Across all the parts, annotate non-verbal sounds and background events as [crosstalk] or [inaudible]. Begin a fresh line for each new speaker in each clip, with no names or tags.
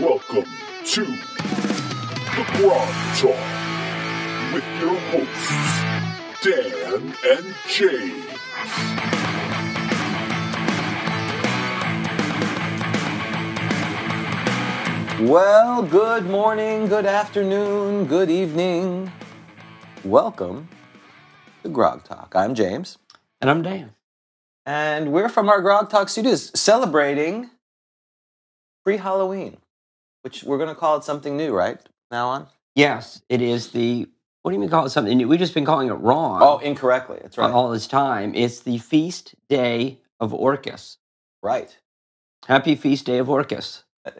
Welcome to The Broad Talk with your hosts, Dan and Jay.
Well, good morning, good afternoon, good evening. Welcome to Grog Talk. I'm James,
And I'm Dan.
and we're from our Grog Talk studios celebrating pre Halloween, which we're going to call it something new, right? Now on?
Yes, it is the. What do you mean call it something new? We've just been calling it wrong
Oh, incorrectly. That's right.
all this time. It's the feast day of Orcus.
Right.
Happy feast day of Orcus.
[laughs]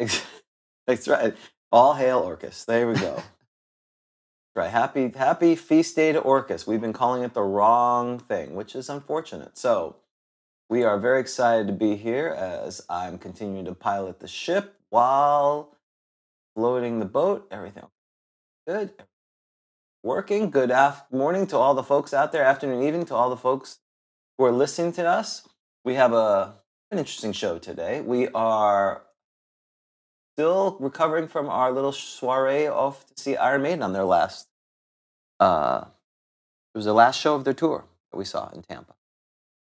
That's right. All hail Orcus. There we go. right. Happy happy feast day to Orcus. We've been calling it the wrong thing, which is unfortunate. So we are very excited to be here as I'm continuing to pilot the ship while floating the boat. Everything good. Working. Good af- morning to all the folks out there. Afternoon, evening to all the folks who are listening to us. We have a an interesting show today. We are still recovering from our little soiree off to see Iron Maiden on their last. Uh, it was the last show of their tour that we saw in Tampa.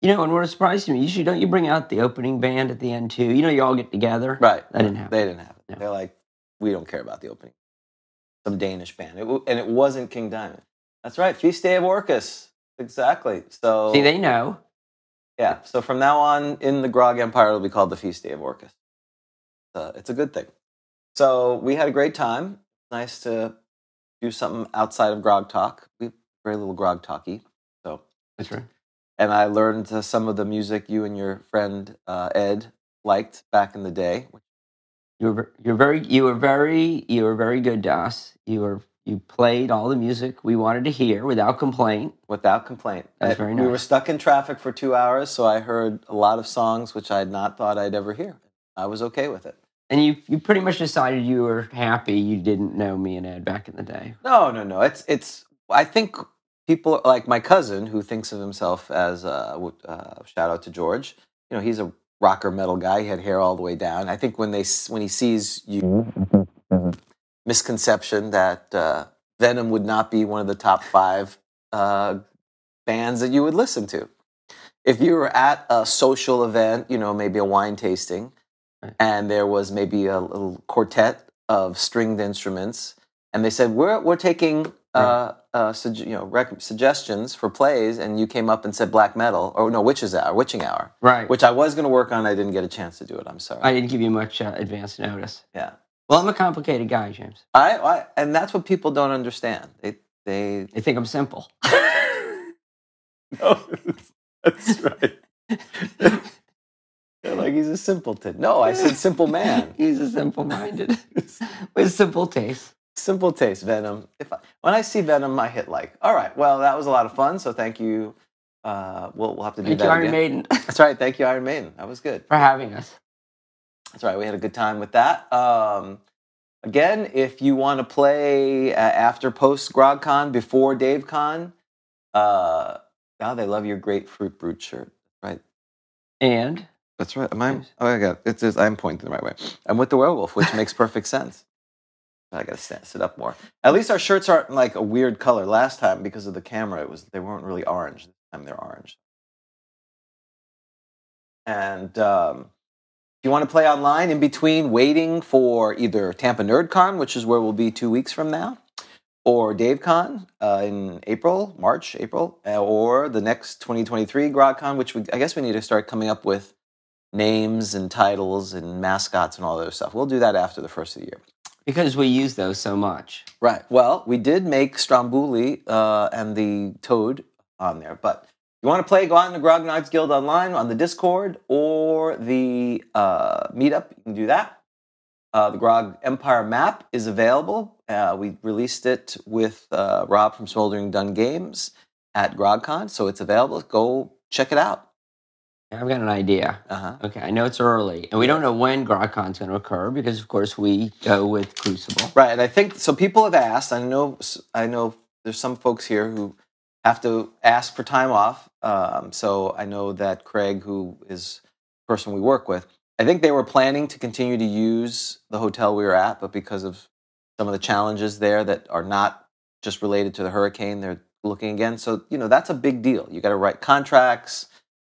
You know, and what a surprise to me, usually don't you bring out the opening band at the end too? You know, you all get together.
Right.
That didn't happen.
They didn't have it.
No.
They're like, we don't care about the opening. Some Danish band, it, w- and it wasn't King Diamond. That's right, Feast Day of Orcus. Exactly. So
See, they know.
yeah. So from now on, in the Grog Empire, it'll be called the Feast Day of Orcus. Uh, it's a good thing. So we had a great time. Nice to do something outside of Grog Talk. We very little Grog Talky. So
That's right.
and I learned uh, some of the music you and your friend uh, Ed liked back in the day.
You were ver- you're very you were very you were very good to us. You were you played all the music we wanted to hear without complaint.
without complaint.
That's
I-
very
We were
nice.
stuck in traffic for two hours, so I heard a lot of songs which I had not thought I'd ever hear. I was okay with it.
And you you pretty much decided you were happy you didn't know me and Ed back in the day.
No, no, no. It's it's. I think people like my cousin who thinks of himself as uh, w- uh, shout out to George. You know, he's a rocker metal guy. He had hair all the way down. I think when they s- when he sees you, misconception that uh, Venom would not be one of the top five uh, bands that you would listen to. If you were at a social event, you know, maybe a wine tasting,
Right.
and there was maybe a little quartet of stringed instruments and they said we're we're taking uh, uh, sug- you know rec- suggestions for plays, and you came up and said black metal or no witches hour, witching hour,
Right.
which I was going to work on. I didn't get a chance to do it. I'm sorry.
I didn't give you much uh, advance notice.
yeah,
Well, I'm a complicated guy, James.
I, I and that's what people don't understand. They
[laughs]
they
I think I'm simple.
Oh,
Oh,
no, that's right. [laughs] They're like he's a simpleton. No, I said simple man.
[laughs] He's
[laughs]
a simple-minded [laughs] with simple taste.
Simple taste, Venom. If I, when I see Venom, I hit like. All right, well, that was a lot of fun. So thank you. Uh, we'll, we'll have to do
Thank
that
you, Iron
again.
Maiden, [laughs]
That's right. Thank you, Iron Maiden. That was good.
for having us.
That's right. We had a good time with that. Um, again, if you want to play uh, after post GrogCon, before DaveCon, uh, now they love your grapefruit brute shirt.
And
That's right. Am I? Oh, I got it's. Just, I'm pointing the right way. I'm with the werewolf, which makes perfect sense. But I got to stand, sit up more. At least our shirts aren't like a weird color. Last time, because of the camera, it was they weren't really orange. This time they're orange. And um, if you want to play online in between, waiting for either Tampa NerdCon, which is where we'll be two weeks from now, or DaveCon uh, in April, March, April, uh, or the next 2023 GrogCon, which we, I guess we need to start coming up with names and titles and mascots and all that other stuff. We'll do that after the first of the year.
because we use those so much.
Right. Well, we did make Stromboli uh, and the Toad on there, but if you want to play, go out in the Grog Knives Guild online on the Discord or the uh, Meetup. You can do that. Uh, the Grog Empire map is available. Uh, we released it with uh, Rob from Smoldering Dun Games at GrogCon, so it's available. Go check it out.
I've got an idea.
Uh huh.
Okay, I know it's early, and we don't know when GrogCon's going to occur because, of course, we go with Crucible.
Right, and I think so. People have asked. I know. I know. There's some folks here who have to ask for time off. Um, so I know that Craig, who is the person we work with, I think they were planning to continue to use the hotel we were at, but because of some of the challenges there that are not just related to the hurricane, they're looking again. So you know that's a big deal. You got to write contracts.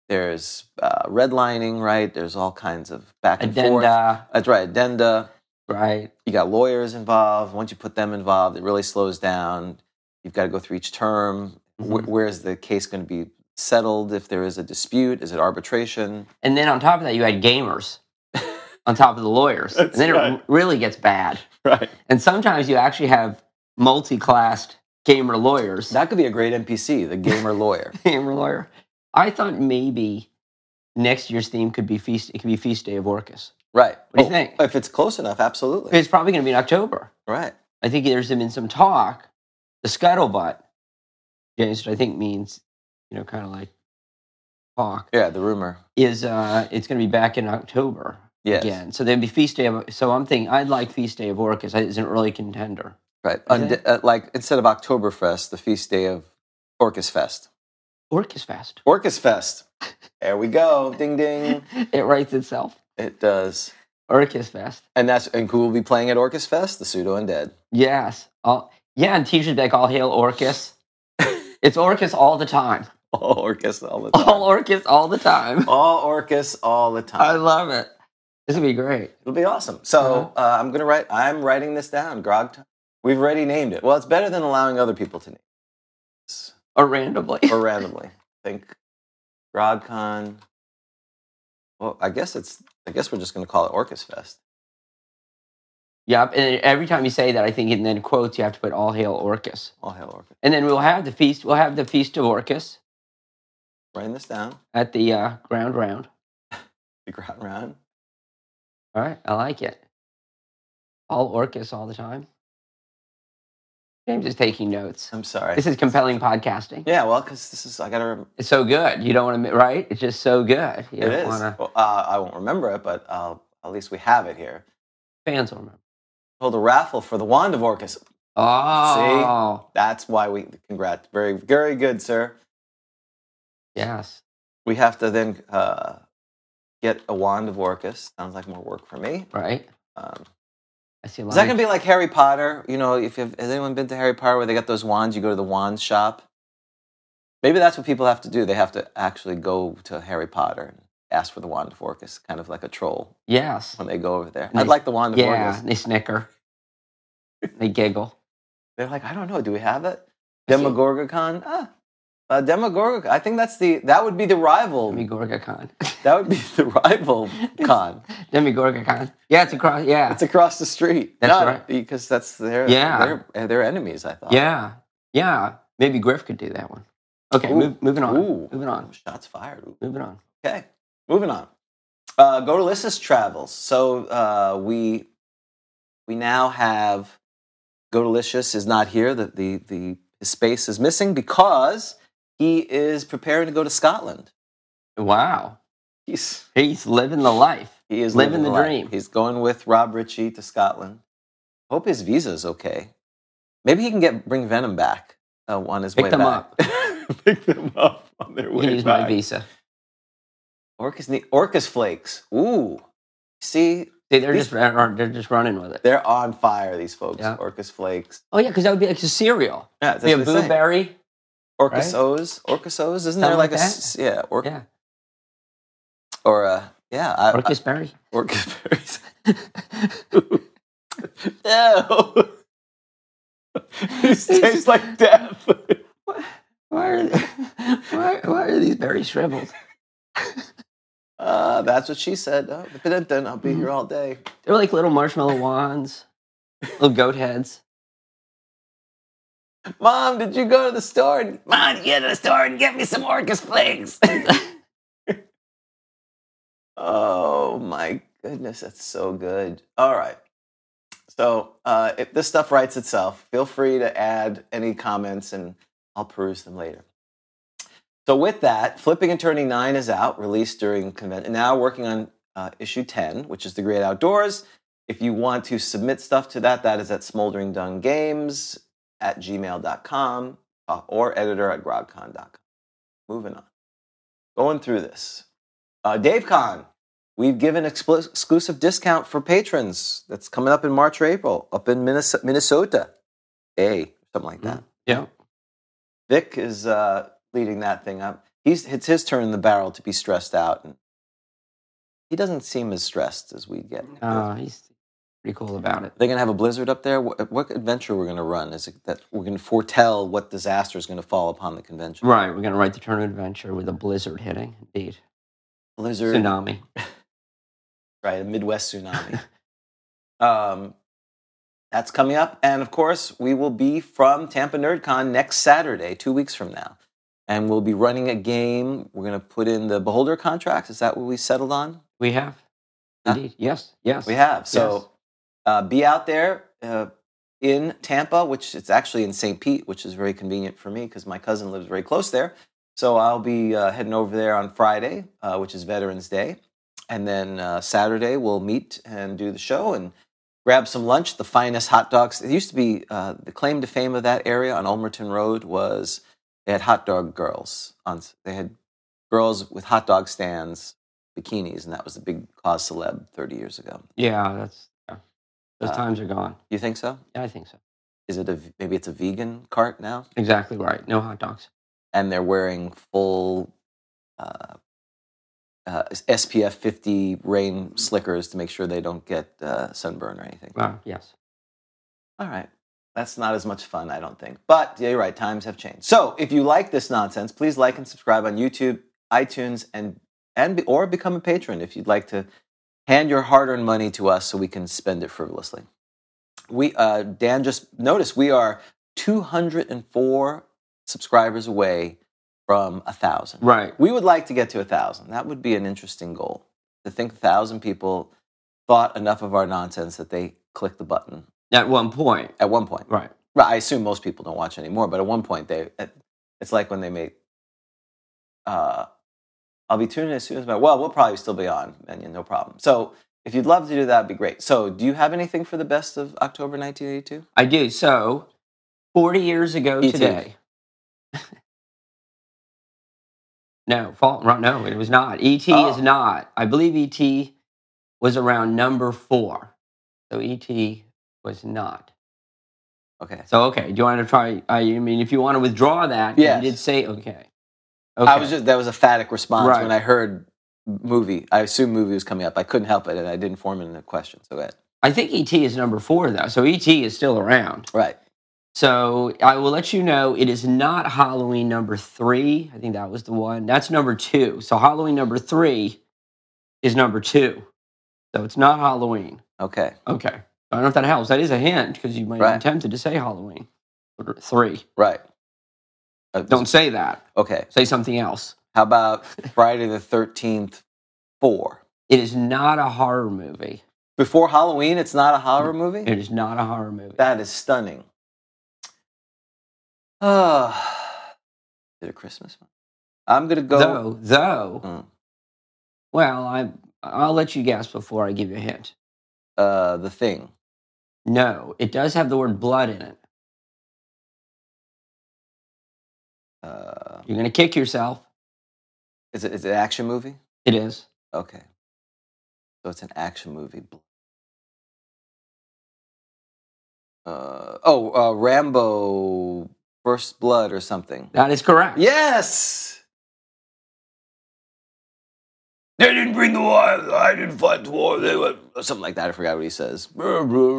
There's uh, redlining, right? There's all kinds of back and forth.
Addenda,
That's right, addenda
right?
you got lawyers involved. Once you put them involved, it really slows down. You've got to go through each term. Wh-
Mhm.
where is the case going to be settled if there is a dispute? Is it arbitration?
And then on top of that, you
[laughs]
had gamers on top of the lawyers.
That's
and then it
right.
r- really gets bad.
Right.
And sometimes you actually have multi classed gamer lawyers.
That could be a great NPC, the
[laughs]
gamer lawyer.
gamer lawyer. I thought maybe next year's theme could be feast. It could be Feast Day of Orcus.
Right.
What do you think?
If it's close enough, absolutely.
It's probably going to be in October.
right.
I think there's been some talk. The scuttlebutt, James, which I think means, you know, kind of like talk,
Yeah, the rumor.
is uh, it's going to be back in October
Yes.
again. So there'd be feast day. Of, so I'm thinking I'd like feast day of Orcus as an early contender.
Right.
Okay.
Und- uh, like instead of Oktoberfest, the feast day of Orcus Fest.
Orcus Fest.
Orcus Fest. There we go. Ding ding.
[laughs] it writes itself.
It does.
Orcus Fest.
And that's and who will be playing at Orcus Fest? The pseudo undead. [laughs]
Yes. All, yeah, and teachers be like all
[laughs]
hail Orcus. it's Orcus all the time. [laughs]
All Orcus Oh, all the time.
All Orcus all the time.
all Orcus all the time.
I love it. This would be great.
It'll be awesome.
Uh-huh.
So uh, I'm gonna write. I'm writing this down. Grog. Time. We've already named it. Well, it's better than allowing other people to name it.
Or randomly.
or randomly. I think GrogCon. Well, I guess it's. I guess we're just gonna call it Orcus Fest.
[laughs] Yep. And every time you say that, I think, and then quotes, you have to put all hail Orcus.
All hail Orcus.
And then we'll have the feast. We'll have the feast of Orcus
Writing this down.
at the uh, ground round.
The ground round.
All right. I like it. All Orcus all the time. James is taking notes.
I'm sorry.
This is compelling podcasting.
yeah, well, because this is. I gotta. Rem-
It's so good. You don't want to, right? It's just so good. You
it
don't
is.
wanna-
Well, uh, I won't remember it, but I'll, at least we have it here.
fans will remember.
Hold a raffle for the wand of Orcus.
Oh,
That's why we. Congrats. Very, very good, sir.
yes.
we have to then uh, get a wand of Orcus. Sounds like more work for me.
Right.
Um,
I see. A
is
lot
that
of-
going to be like Harry Potter? You know, if you've, has anyone been to Harry Potter where they got those wands, you go to the wand shop. Maybe that's what people have to do. They have to actually go to Harry Potter and ask for the wand of Orcus, kind of like a troll
yes.
when they go over there.
Nice.
I'd like the wand of
Yeah.
Orcus.
They snicker. they giggle.
They're like, I don't know, do we have it?
I see.
Demogorgon. Ah, uh, Demogorgon. I think that's the that would be the rival.
[laughs] Demigorgicon.
that would be [laughs] the
[laughs]
rival con.
Demigorgicon. Yeah, it's across. Yeah.
It's across the street.
That's
No,
right.
Because that's their
Yeah.
their, their enemies. I thought.
yeah. Yeah. Maybe Griff could do that one. Okay.
Ooh.
Move, moving on.
Ooh.
Moving on.
Shots fired. Ooh.
Moving on.
Okay. Moving on. Uh, go to Lissa's travels. So uh, we we now have Go Delicious is not here. The the the his space is missing because he is preparing to go to Scotland.
Wow.
He's
He's living the life.
he is
Living the
life.
dream.
He's going with Rob Ritchie to Scotland. Hope his visa's okay. Maybe he can get bring Venom back uh, on his
Pick
way
them
back. [laughs] Pick them up on their
You can use my visa.
Orcus, ne- Orcus flakes. Ooh, see,
See, they're
These-
just they're just running with it.
they're on fire. These folks,
Yeah.
Orcus flakes.
Oh yeah, because that would be like a cereal.
Yeah, that's
Be a
what they say.
blueberry.
Orcus
right?
O's. Orcus O's. Isn't there
Something
like a
like
s- yeah? Or,
Yeah.
or uh, yeah, I,
Orcus berry.
I, [laughs] [laughs] Orcus berries. Ew. These taste like death.
[laughs]
[laughs]
Why are, [laughs] why, why are these berries shriveled?
Uh, that's what she said. Oh, but then I'll be here all day.
They're like little marshmallow wands, little goat heads.
Mom, did you go to the store? and- Mom, did you go to the store and get me some Orcus flakes. [laughs] oh my goodness, that's so good. All right. So uh, if this stuff writes itself, feel free to add any comments and I'll peruse them later. So with that, Flipping and Turning 9 is out, released during convention. Now working on uh, issue 10, which is The Great Outdoors. If you want to submit stuff to that, that is at Smoldering Dung Games at gmail.com uh, or editor at grogcon.com. Moving on. Going through this. Uh, DaveCon, we've given expl- exclusive discount for patrons. That's coming up in March or April up in Minnes- Minnesota. A, something like that.
Yeah.
Vic is uh, leading that thing up. He's, it's his turn in the barrel to be stressed out. And he doesn't seem as stressed as we get.
Uh, he's pretty cool about it.
They're gonna have a blizzard up there. What, what adventure we're gonna run is it that we're gonna foretell what disaster is gonna fall upon the convention.
Right. We're going to write the turn of adventure with a blizzard hitting. Indeed.
Blizzard,
Tsunami.
right? A Midwest
[laughs]
tsunami. um, that's coming up, and of course, we will be from Tampa NerdCon next Saturday, two weeks from now, and we'll be running a game. We're gonna put in the Beholder contracts. Is that what we settled on?
We have.
Huh?
Indeed. Yes. Yes.
We have. So
Yes.
uh, be out there uh, in Tampa, which it's actually in St. Pete, which is very convenient for me because my cousin lives very close there. So I'll be uh, heading over there on Friday, uh, which is Veterans Day. And then uh, Saturday, we'll meet and do the show and grab some lunch. The finest hot dogs. It used to be uh, the claim to fame of that area on Ulmerton Road was they had hot dog girls. On, they had girls with hot dog stands, bikinis, and that was the big cause celeb 30 years ago.
Yeah. That's. Yeah. Those
Uh,
times are gone.
You think so?
Yeah, I think so.
is it a maybe it's a vegan cart now
Exactly right. No hot dogs.
and they're wearing full uh, uh, spf 50 rain slickers to make sure they don't get uh, sunburn or anything
Uh, yes.
all right that's not as much fun i don't think but yeah you're right times have changed so if you like this nonsense please like and subscribe on youtube itunes and and be, or become a patron if you'd like to hand your hard-earned money to us so we can spend it frivolously we uh, dan just noticed we are 204 subscribers away from a thousand
Right.
we would like to get to a thousand that would be an interesting goal to think a thousand people thought enough of our nonsense that they clicked the button
At one point.
at one point
Right.
Right, I assume most people don't watch anymore, but at one point they, uh, it's like when they made. Uh, I'll be tuning in as soon as my. Well, we'll probably still be on, Minion, no problem. So if you'd love to do that, it'd be great. So do you have anything for the best of October 1982?
I do. So, 40 years ago
E.T..
today. [laughs] no, fault. wrong- No, it was not. ET is
Oh.
not. I believe ET was around number four. So, ET was not.
Okay.
So, okay. Do you want to try? I mean, if you want to withdraw that, 'cause
Yes.
you did say, okay.
I was just that was a phatic response
Right.
when I heard movie. I assumed movie was coming up. I couldn't help it, and I didn't form it in a question. So that
I think ET is number four, though. So, ET is still around.
right.
So I will let you know it is not Halloween number three. I think that was the one. That's number two. So Halloween number three is number two. So it's not Halloween.
Okay.
Okay. I don't know if that helps. That is a hint because you might have
Right.
been tempted to say Halloween Or three.
Right. Uh,
Don't say that.
Okay.
Say something else.
How about Friday the Thirteenth Four?
It is not a horror movie.
Before Halloween, it's not a horror movie.
It is not a horror movie.
That is stunning. Ah, [sighs] is it a Christmas one? I'm gonna go.
Though, though,
Mm.
well, I, I'll let you guess before I give you a hint.
Uh, the thing.
No, it does have the word blood in it.
Uh,
You're going to kick yourself.
is it is it an action movie?
It is.
Okay, so it's an action movie. Uh, oh, uh, Rambo: First Blood or something.
That is correct.
Yes. They didn't bring the wives. I didn't fight the war. They went or something like that. I forgot what he says. Brr, brr, brr,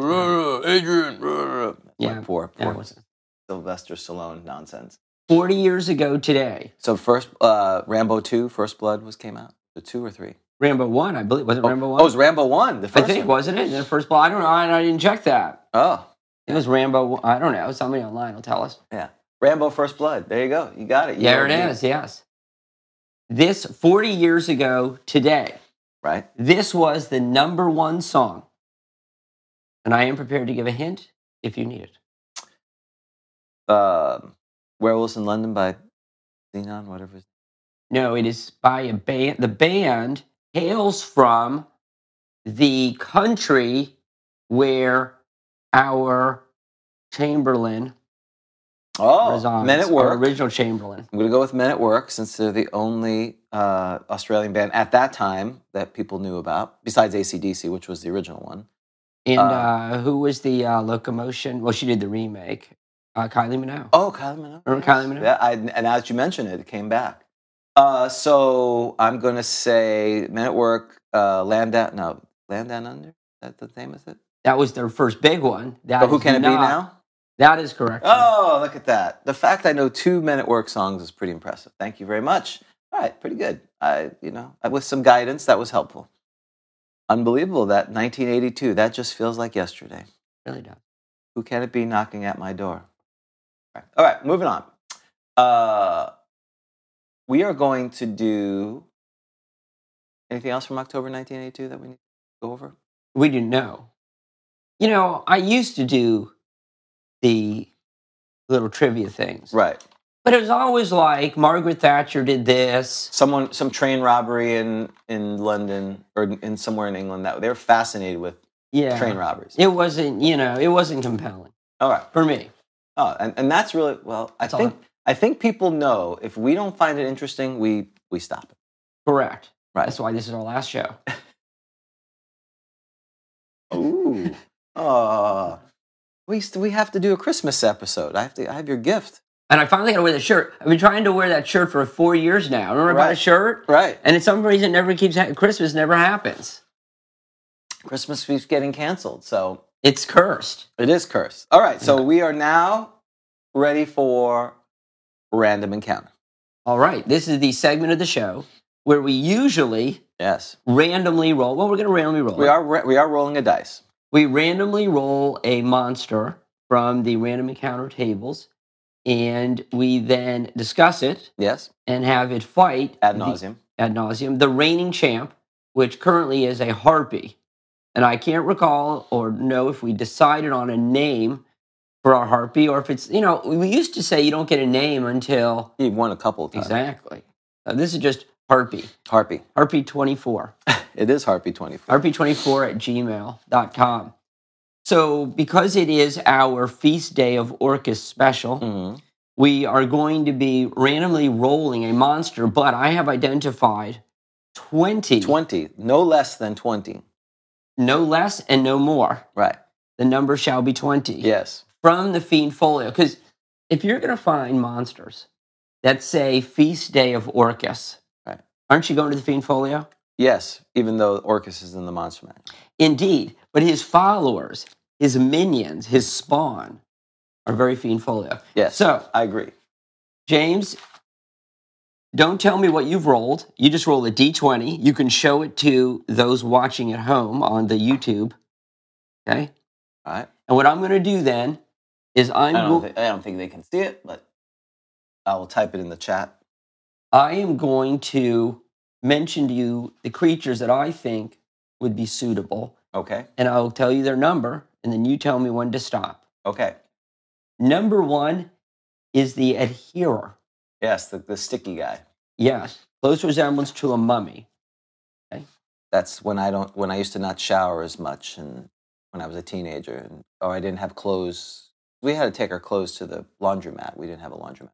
brr, Adrian. brr, brr.
Yeah,
Like poor,
Yeah,
poor
it was-
Sylvester Stallone nonsense.
40 years ago today,
So first, uh, Rambo two, First Blood was came out. The two or three?
Rambo 1, I believe. Was it
Oh,
Rambo
oh,
1?
it was Rambo one. The
I
first.
think,
one.
wasn't it? The first blood? I don't know. I, I didn't check that.
Oh,
It was Rambo. one- I don't know. Somebody online will tell us.
yeah. Rambo First Blood. There you go. You got it. You
There
know
it
me,
is. Yes. This 40 years ago today,
Right.
this was the number one song. And I am prepared to give a hint if you need it.
Um Werewolves in London by Xenon, whatever. his-
No, it is by a band. The band hails from the country where our Chamberlain
Oh,
resides.
Men at
Our
Work.
original Chamberlain.
I'm going to go with Men at Work since they're the only uh, Australian band at that time that people knew about, besides ACDC, which was the original one.
And uh,
Uh,
who was the uh, locomotion? Well, she did the remake. Uh, Kylie Minogue.
Oh, Kylie Minogue.
Remember Kylie Minogue?
Yeah, I, and as you mentioned it, it came back. Uh, so I'm going to say Men at Work, uh, Land Down, no, Land Down Under? Is that the name of it?
That was their first big one. That
But who
is
can it be
not-
now?
That is correct.
Oh, look at that. The fact I know two Men at Work songs is pretty impressive. Thank you very much. All right, pretty good. I, you know, with some guidance, that was helpful. Unbelievable that 1982. That just feels like yesterday.
really does.
Who can it be knocking at my door? All right, All right moving on. Uh, we are going to do anything else from October 1982 that we need to go over?
We didn't know. You know, I used to do the little trivia things,
Right.
but it was always like Margaret Thatcher did this.
someone some train robbery in in London or in somewhere in England that they were fascinated with
Yeah,
train robberies.
It wasn't. You know, it wasn't compelling
All right.
for me.
Oh, and, and that's really well. I
That's all
think I think people know if we don't find it interesting, we we stop it.
Correct.
Right.
That's why this is our last show.
[laughs] Ooh. oh. We st- we have to do a Christmas episode. I have to. I have your gift.
And I finally got to wear that shirt. I've been trying to wear that shirt for four years now. Remember I bought a
Right.
shirt?
Right.
And it's some reason, it never keeps ha- Christmas never happens.
Christmas keeps getting canceled, so
It's cursed.
it is cursed. All right. So we are now ready for random encounter.
All right. This is the segment of the show where we usually
Yes,
randomly roll. Well, we're going to randomly roll.
we
it.
are. Ra- we are rolling a dice.
We randomly roll a monster from the random encounter tables, and we then discuss it
Yes,
and have it fight
ad
the-
nauseum.
ad nauseum the reigning champ, which currently is a harpy. And I can't recall or know if we decided on a name for our harpy or if it's you know we used to say you don't get a name until
He won a couple of times.
exactly. Uh, this is just harpy.
Harpy.
Harpy twenty four.
It is Harpy 24.
rp24 at gmail.com. So, because it is our Feast Day of Orcus special,
hmm
we are going to be randomly rolling a monster, but I have identified 20,
20. No less than 20.
no less and no more.
Right.
The number shall be 20
Yes.
from the Fiend Folio. Because if you're going to find monsters that say Feast Day of Orcus,
Right.
aren't you going to the Fiend Folio?
Yes. Even though Orcus is in the Monster Manual.
Indeed, but his followers, his minions, his spawn, are very fiend folio.
Yes.
So,
I agree.
James, don't tell me what you've rolled. You just roll a d20. You can show it to those watching at home on the YouTube. Okay?
All right.
And what I'm going to do then is I'm
I don't,
go-
thi- I don't think they can see it, but I will type it in the chat.
I am going to mention to you the creatures that I think would be suitable,
Okay.
and I'll tell you their number, and then you tell me when to stop.
Okay.
Number one is the adherer.
Yes. The, the sticky guy.
Yes, close resemblance to a mummy.
That's when I don't, when I used to not shower as much and when I was a teenager and, or I didn't have clothes. We had to take our clothes to the laundromat. We didn't have a laundromat.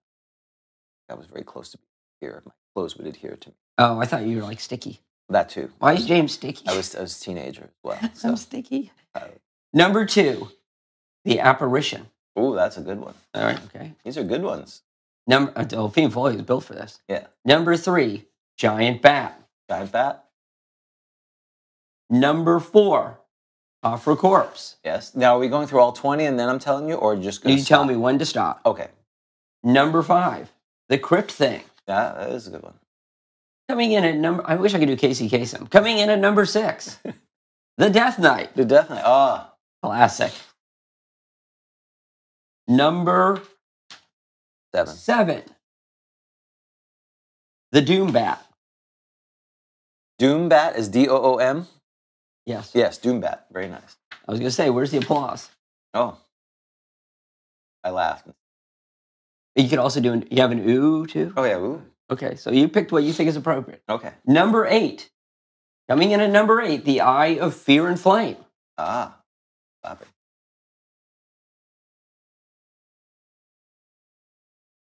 That was very close to here. My clothes would adhere to me.
Oh, I thought you were like sticky.
That too.
Why is James sticky?
I
[laughs]
was I was a teenager as well. [laughs]
I'm
So.
sticky.
Uh,
Number two, the apparition.
Ooh, that's a good one.
All right, okay. uh,
These are good ones.
Number oh, Fiend Foley was built for this.
Yeah.
Number three, giant bat.
Giant bat.
Number four, Coffer Corpse.
Yes. Now, are we going through all 20 and then I'm telling you, or just
You
going
tell me when to stop.
Okay.
Number five, The Crypt Thing.
Yeah, that is a good one.
Coming in at number, I wish I could do Casey Kasem. Coming in at
[laughs]
number six, The Death Knight.
Dude, definitely. Ah,
Classic. Number
seven.
seven, The Doom Bat.
Doombat is D O O M.
Yes.
Yes, Doombat. Very nice.
I was going to say, where's the applause?
Oh. I laughed.
You could also do an, you have an ooh too?
Oh, yeah. Ooh.
Okay, so you picked what you think is appropriate.
Okay.
Number eight. Coming in at number eight, The Eye of Fear and Flame.
Ah. Stop it.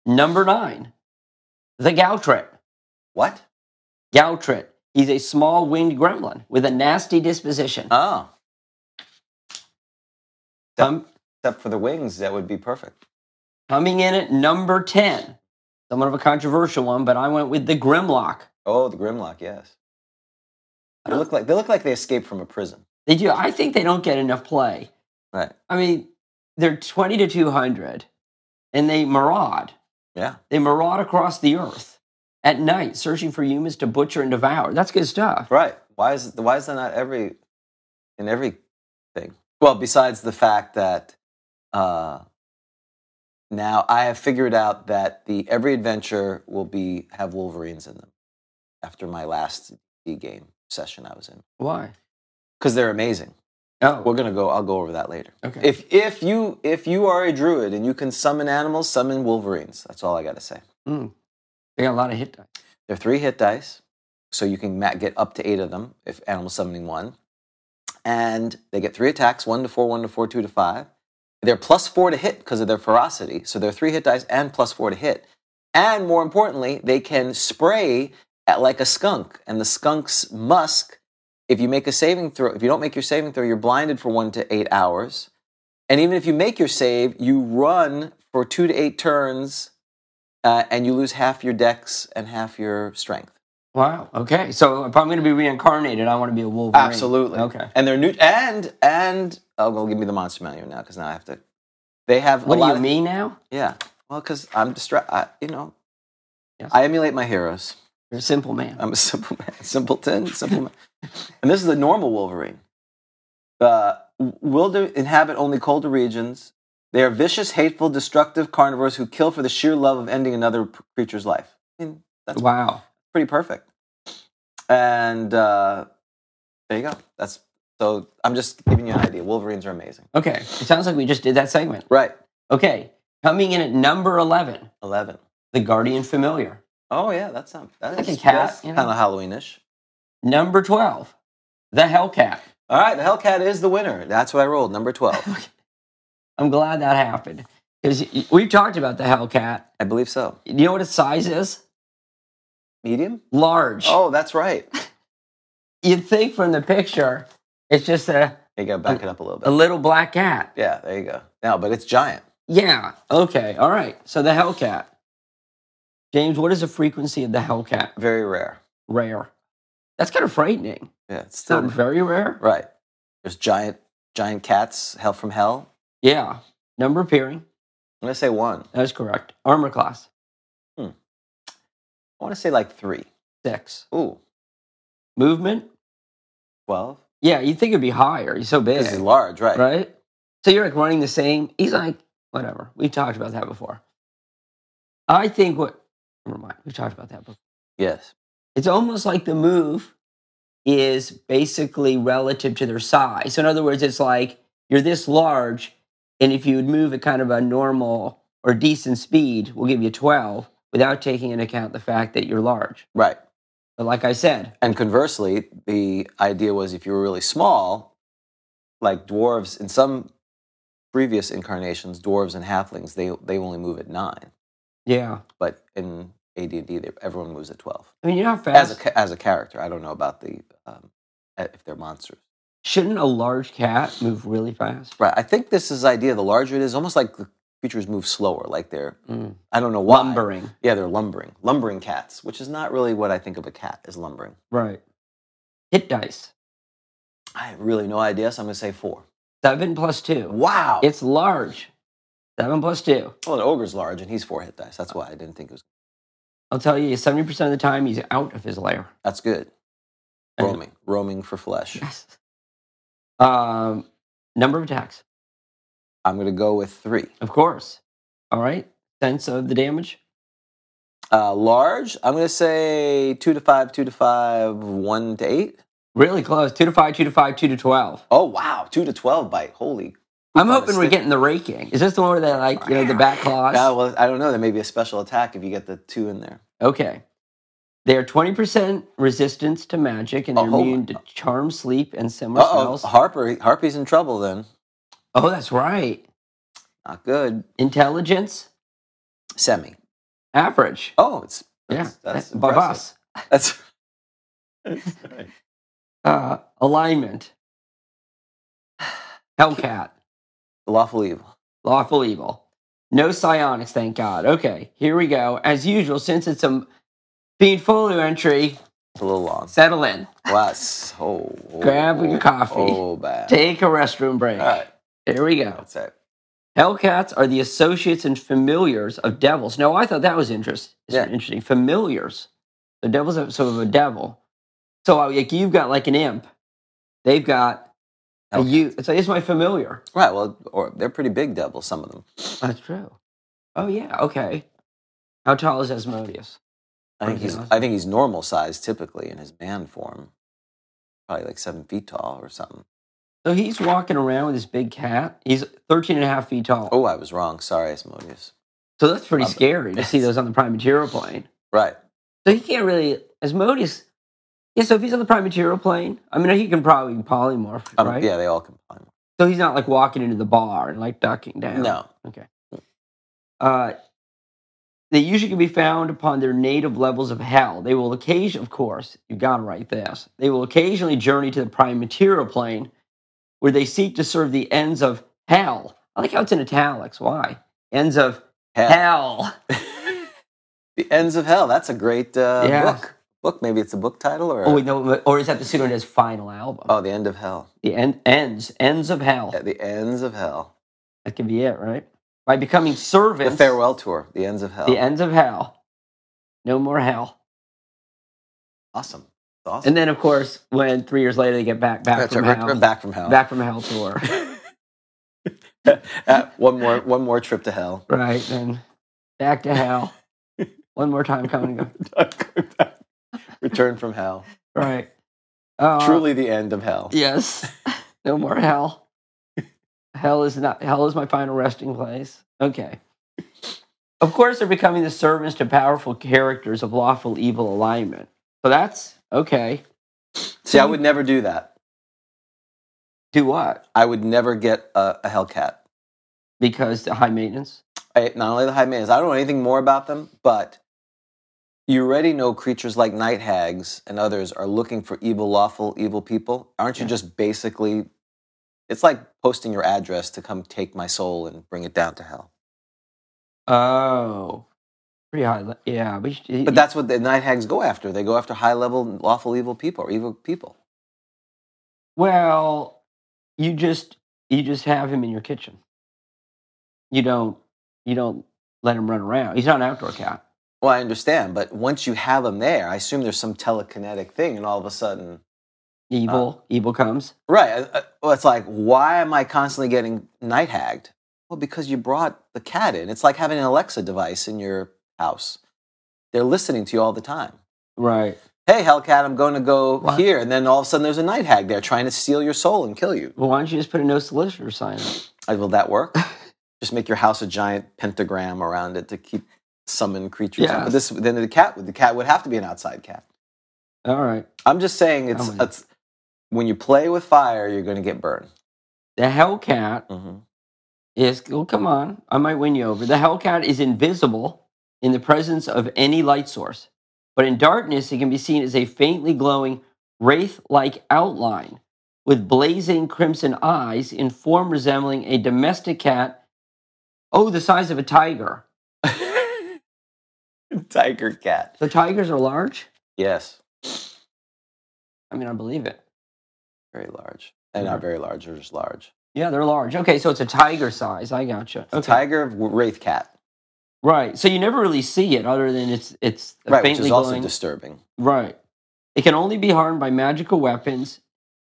Number nine, The Goutrip.
What?
Goutrip. He's a small winged gremlin with a nasty disposition.
Oh.
Com-
Except for the wings, that would be perfect.
coming in at number 10, somewhat of a controversial one, but I went with The Grimlock.
Oh, the Grimlock, yes. They
Huh.
look like they look like they escaped from a prison.
They do. I think they don't get enough play.
Right.
I mean, they're 20 to 200 and they maraud.
Yeah.
They maraud across the earth at night, searching for humans to butcher and devour. That's good stuff.
Right. Why is why is that not every in every thing? Well, besides the fact that uh, now I have figured out that the every adventure will be have wolverines in them after my last D game session I was in
Why?
because they're amazing.
Oh,
We're gonna go. I'll go over that later.
okay.
If if you if you are a druid and you can summon animals, summon wolverines. That's all I gotta say.
they got a lot of hit dice.
They're three hit dice, so you can ma- get up to eight of them if animal summoning one. And they get three attacks one to four, one to four, two to five. They're plus four to hit because of their ferocity. So they're three hit dice and plus four to hit. And more importantly, they can spray at like a skunk. And the skunk's musk, if you make a saving throw, if you don't make your saving throw, you're blinded for one to eight hours. And even if you make your save, you run for two to eight turns uh, and you lose half your dex and half your strength.
Wow. Okay. So if I'm going to be reincarnated, I want to be a wolverine.
Absolutely.
Okay.
And they're new. And and oh, well, give me the monster manual now because now I have to. They have. a
What do
lot
you
of-
mean now?
yeah. Well, because I'm distracted. You know.
Yes.
I emulate my heroes.
You're a simple man.
I'm a [laughs] simple man, simpleton, simple man. And this is the normal Wolverine. Uh, wilder inhabit only colder regions. They are vicious, hateful, destructive carnivores who kill for the sheer love of ending another p- creature's life. I mean, that's
wow.
pretty perfect. And uh, there you go. That's so. I'm just giving you an idea. Wolverines are amazing.
Okay. It sounds like we just did that segment.
Right.
Okay. Coming in at number 11,
Eleven.
The Guardian Familiar.
Oh yeah, that's not that
Like
is
a cat, you know?
kind of Halloweenish.
Number 12, The Hellcat.
All right, the Hellcat is the winner. That's what I rolled.
[laughs]
Number twelve.
I'm glad that happened because we've talked about the Hellcat.
I believe so.
You know what its size is?
Medium.
Large.
Oh, that's right.
You'd think from the picture, it's just a,
You gotta back it up a little
a
bit.
little black cat.
Yeah, there you go. No, but it's giant.
Yeah. Okay. All right. So the Hellcat. James, what is the frequency of the Hellcat?
Very rare.
Rare. That's kind of frightening.
Yeah, it's
It's not
still
very rare.
right. There's giant, giant cats. Hell from hell.
Yeah. Number appearing.
I'm gonna say one.
That is correct. Armor class.
I want to say like three.
Six.
Ooh,
Movement.
twelve.
Yeah. You'd think it'd be higher. He's so big.
This is large, right?
right? So you're like running the same. He's like, whatever. We talked about that before. I think what, never mind. We talked about that before.
Yes.
It's almost like the move is basically relative to their size. So in other words, it's like you're this large, and if you would move at kind of a normal or decent speed, we'll give you 12 without taking into account the fact that you're large.
Right.
But like I said,
And conversely, the idea was if you were really small, like dwarves in some previous incarnations, dwarves and halflings, they they only move at nine,
yeah.
but in AD&D, they- everyone moves at twelve.
I mean, you're not
As a
fast.
ca- as a character, I don't know about the um, if they're monsters.
Shouldn't a large cat move really fast?
Right. I think this is the idea. The larger it is, almost like the creatures move slower, like they're
Mm.
I don't know why.
Lumbering.
Yeah, they're lumbering, lumbering cats, which is not really what I think of a cat as lumbering.
Right. Hit dice.
I have really no idea, so I'm going to say four.
Seven plus two.
Wow.
It's large. Seven plus two.
well, an ogre's large, and he's four hit dice. That's why I didn't think it was.
I'll tell you, 70% of the time he's out of his lair. [laughs]
That's good.
And-
Roaming. Roaming for
[laughs]
flesh.
Yes. Um, number of attacks,
I'm going to go with three.
of course. All right. Sense of the damage.
Uh, large, I'm going to say two to five, two to five, one to eight.
Really close. Two to five, two to five, two to 12.
Oh, wow. Two to 12 bite. Holy.
I'm
Who's on
hoping
a
we're
stick?
getting the raking. Is this the one where they like, you know, the back claws?
Yeah, well, I don't know. There may be a special attack if you get the two in there.
Okay. They are 20% resistance to magic and they're
Oh, hold
immune
on.
to charm, sleep, and similar
Uh oh.
spells.
Harper. Harpy's in trouble then.
Oh, that's right.
Not good.
Intelligence,
Semi.
average.
Oh, it's.
yeah,
That's, that's
above
impressive.
us.
That's.
Uh, alignment. [sighs] Hellcat.
Lawful evil.
Lawful evil. No psionics, thank God. Okay, here we go. As usual, since it's a Fiend Folio entry,
It's a little long.
settle in.
Wow. it's- Oh, oh,
Grab your
oh,
coffee.
Oh, bad.
Take a restroom break.
All right.
Here we go.
That's it.
Hellcats are the associates and familiars of devils. Now, I thought that was interest,
Yeah.
interesting. Familiars. The devil's are- so of a devil. So uh, like, you've got like an imp. They've got a
Hellcat.
you. It's like, it's my familiar.
Right. Well, or they're pretty big devils, some of them.
That's true. Oh, yeah. Okay. How tall is Asmodeus?
I think
Pretty
he's
awesome.
I think he's normal size typically in his man form, probably like seven feet tall or something.
So he's walking around with his big cat. He's 13 and a half feet tall.
Oh, I was wrong. Sorry, Asmodeus.
so that's pretty
Love it.
scary to see those on the prime material plane.
Right.
So he can't really Asmodeus. Yeah, so if he's on the prime material plane, I mean he can probably polymorph,
Um,
right?
Yeah, they all combine.
So he's not like walking into the bar and like ducking down.
No.
Uh, they usually can be found upon their native levels of hell. They will occasionally, of course, you've got to write this. They will occasionally journey to the prime material plane, where they seek to serve the ends of hell. I like how it's in italics. Why? Ends of
Hell. [laughs]
hell.
The Ends of Hell. That's a great uh,
Yeah.
book. Book. Maybe it's a book title or
Oh wait, no, or is that the pseudonym's final album?
Oh, the End of Hell.
the end ends ends of hell.
Yeah, the Ends of Hell.
That could be it, right? By becoming servants,
The farewell tour. The Ends of Hell.
the ends of hell, no more hell.
Awesome. Awesome.
And then, of course, when three years later they get back back
That's
from
right,
hell,
we're back from hell. [laughs]
back from hell tour,
Uh, one more. One more trip to hell.
right? Then back
[laughs]
to hell, one more time coming up,
[laughs] Return from hell.
right? Uh,
Truly the end of hell.
yes. No more hell. hell is not hell is my final resting place. Okay. Of course, they're becoming the servants to powerful characters of lawful evil alignment. So that's okay.
See, I would never do that.
Do what?
I would never get a, a Hellcat.
because the high maintenance.
I, not only the high maintenance, I don't know anything more about them, but you already know creatures like night hags and others are looking for evil, lawful, evil people. Aren't you
Yeah.
just basically? It's like posting your address to come take my soul and bring it down to hell.
Oh, pretty high. le- Yeah, but, you-
But that's what the night hags go after. They go after high-level, lawful, evil people or evil people.
well, you just you just have him in your kitchen. You don't you don't let him run around. He's not an outdoor cat.
Well, I understand, but once you have them there, I assume there's some telekinetic thing, and all of a sudden,
Evil evil comes.
Right. uh, uh, Well, it's like, why am I constantly getting night hagged? Well, because you brought the cat in. It's like having an Alexa device in your house. They're listening to you all the time.
Right.
Hey, Hellcat, I'm going to go
What?
here. And then all of a sudden there's a night hag there trying to steal your soul and kill you.
Well, why don't you just put a no solicitor sign up?
I- Will that work? Just make your house a giant pentagram around it to keep summon creatures.
Yeah.
But this, then the cat, would the cat would have to be an outside cat.
All right.
I'm just saying it's,
Oh, my-
it's when you play with fire, you're going to get burned.
The Hellcat
hmm
is. Well, come on. I might win you over. The Hellcat is invisible in the presence of any light source, but in darkness, it can be seen as a faintly glowing wraith like outline with blazing crimson eyes in form resembling a domestic cat. Oh, the size of a tiger.
[laughs] Tiger cat.
So tigers are large?
Yes.
I mean, I believe it.
very large. They're not very large, they're just large.
Yeah, they're large. Okay, so it's a tiger size. I gotcha.
A
Okay.
tiger w- wraith cat,
Right. So you never really see it other than it's it's a
right, which
faintly
is also
glowing.
disturbing.
right. It can only be harmed by magical weapons,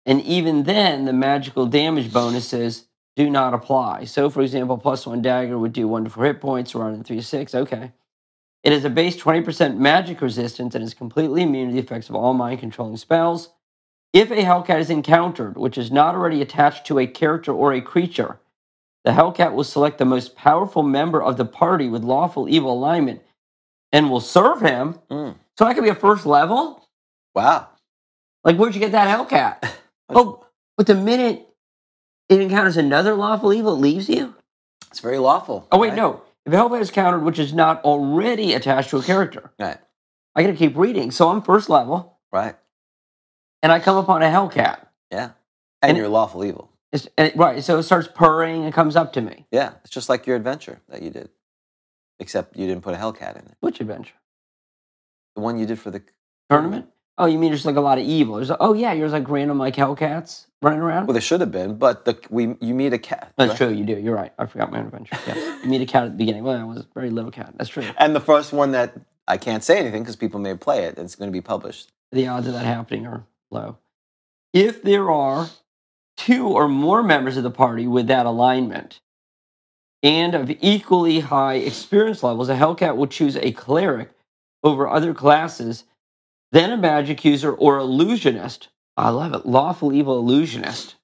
and even then, the magical damage bonuses do not apply. So, for example, plus one dagger would do one to four hit points, around in three to six. Okay. It has a base 20% magic resistance and is completely immune to the effects of all mind controlling spells. If a Hellcat is encountered, which is not already attached to a character or a creature, the Hellcat will select the most powerful member of the party with lawful evil alignment and will serve him.
Mm.
So that could be a first level?
Wow.
Like, where'd you get that Hellcat? Oh, but the minute it encounters another lawful evil, it leaves you?
It's very lawful.
Oh, wait,
right?
no. If a Hellcat is countered, which is not already attached to a character,
Right,
I gotta keep reading. So I'm first level,
right.
and I come upon a Hellcat.
Yeah. And,
And-
you're lawful evil.
It's, and it- right, so it starts purring and comes up to me.
Yeah. It's just like your adventure that you did, except you didn't put a Hellcat in it.
Which adventure?
The one you did for the
Tournament? Oh, you mean there's like a lot of evil? There's oh yeah, there's like random like Hellcats running around.
Well, there should have been, but the we you meet a cat.
That's
right?
true. You do. You're right. I forgot my own adventure. Yeah. you meet a cat at the beginning. Well, I was a very little cat. That's true.
And the first one that I can't say anything because people may play it. It's going to be published.
The odds of that happening are low. If there are two or more members of the party with that alignment and of equally high experience levels, a Hellcat will choose a cleric over other classes, then a magic user or illusionist. I love it. Lawful evil illusionist.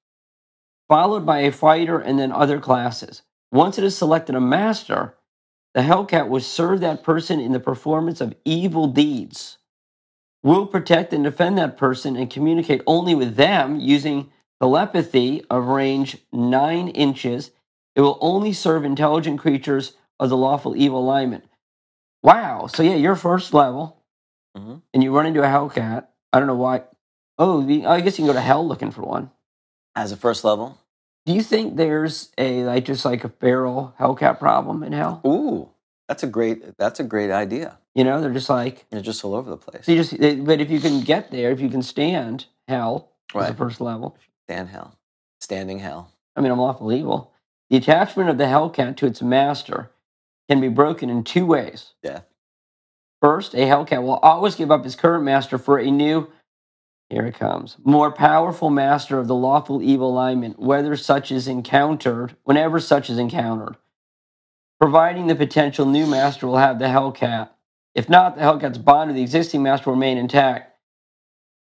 Followed by a fighter and then other classes. Once it has selected a master, the Hellcat will serve that person in the performance of evil deeds, will protect and defend that person, and communicate only with them using telepathy of range nine inches. It will only serve intelligent creatures of the lawful evil alignment. Wow. So, yeah, your first level,
Mhm.
and you run into a Hellcat. I don't know why. Oh, the, I guess you can go to hell looking for one.
As a first level.
Do you think there's a like just like a feral Hellcat problem in hell?
Ooh, that's a great that's a great idea.
You know, they're just like
You're just all over the place.
so you just. They, but if you can get there, if you can stand hell as the
Right.
first level,
Stand hell. Standing hell.
I mean, I'm lawful evil. The attachment of the Hellcat to its master can be broken in two ways.
Death.
First, a Hellcat will always give up his current master for a new, here it comes, more powerful master of the lawful evil alignment, whether such is encountered, whenever such is encountered. Providing the potential new master will have the Hellcat. If not, the Hellcat's bond with the existing master will remain intact.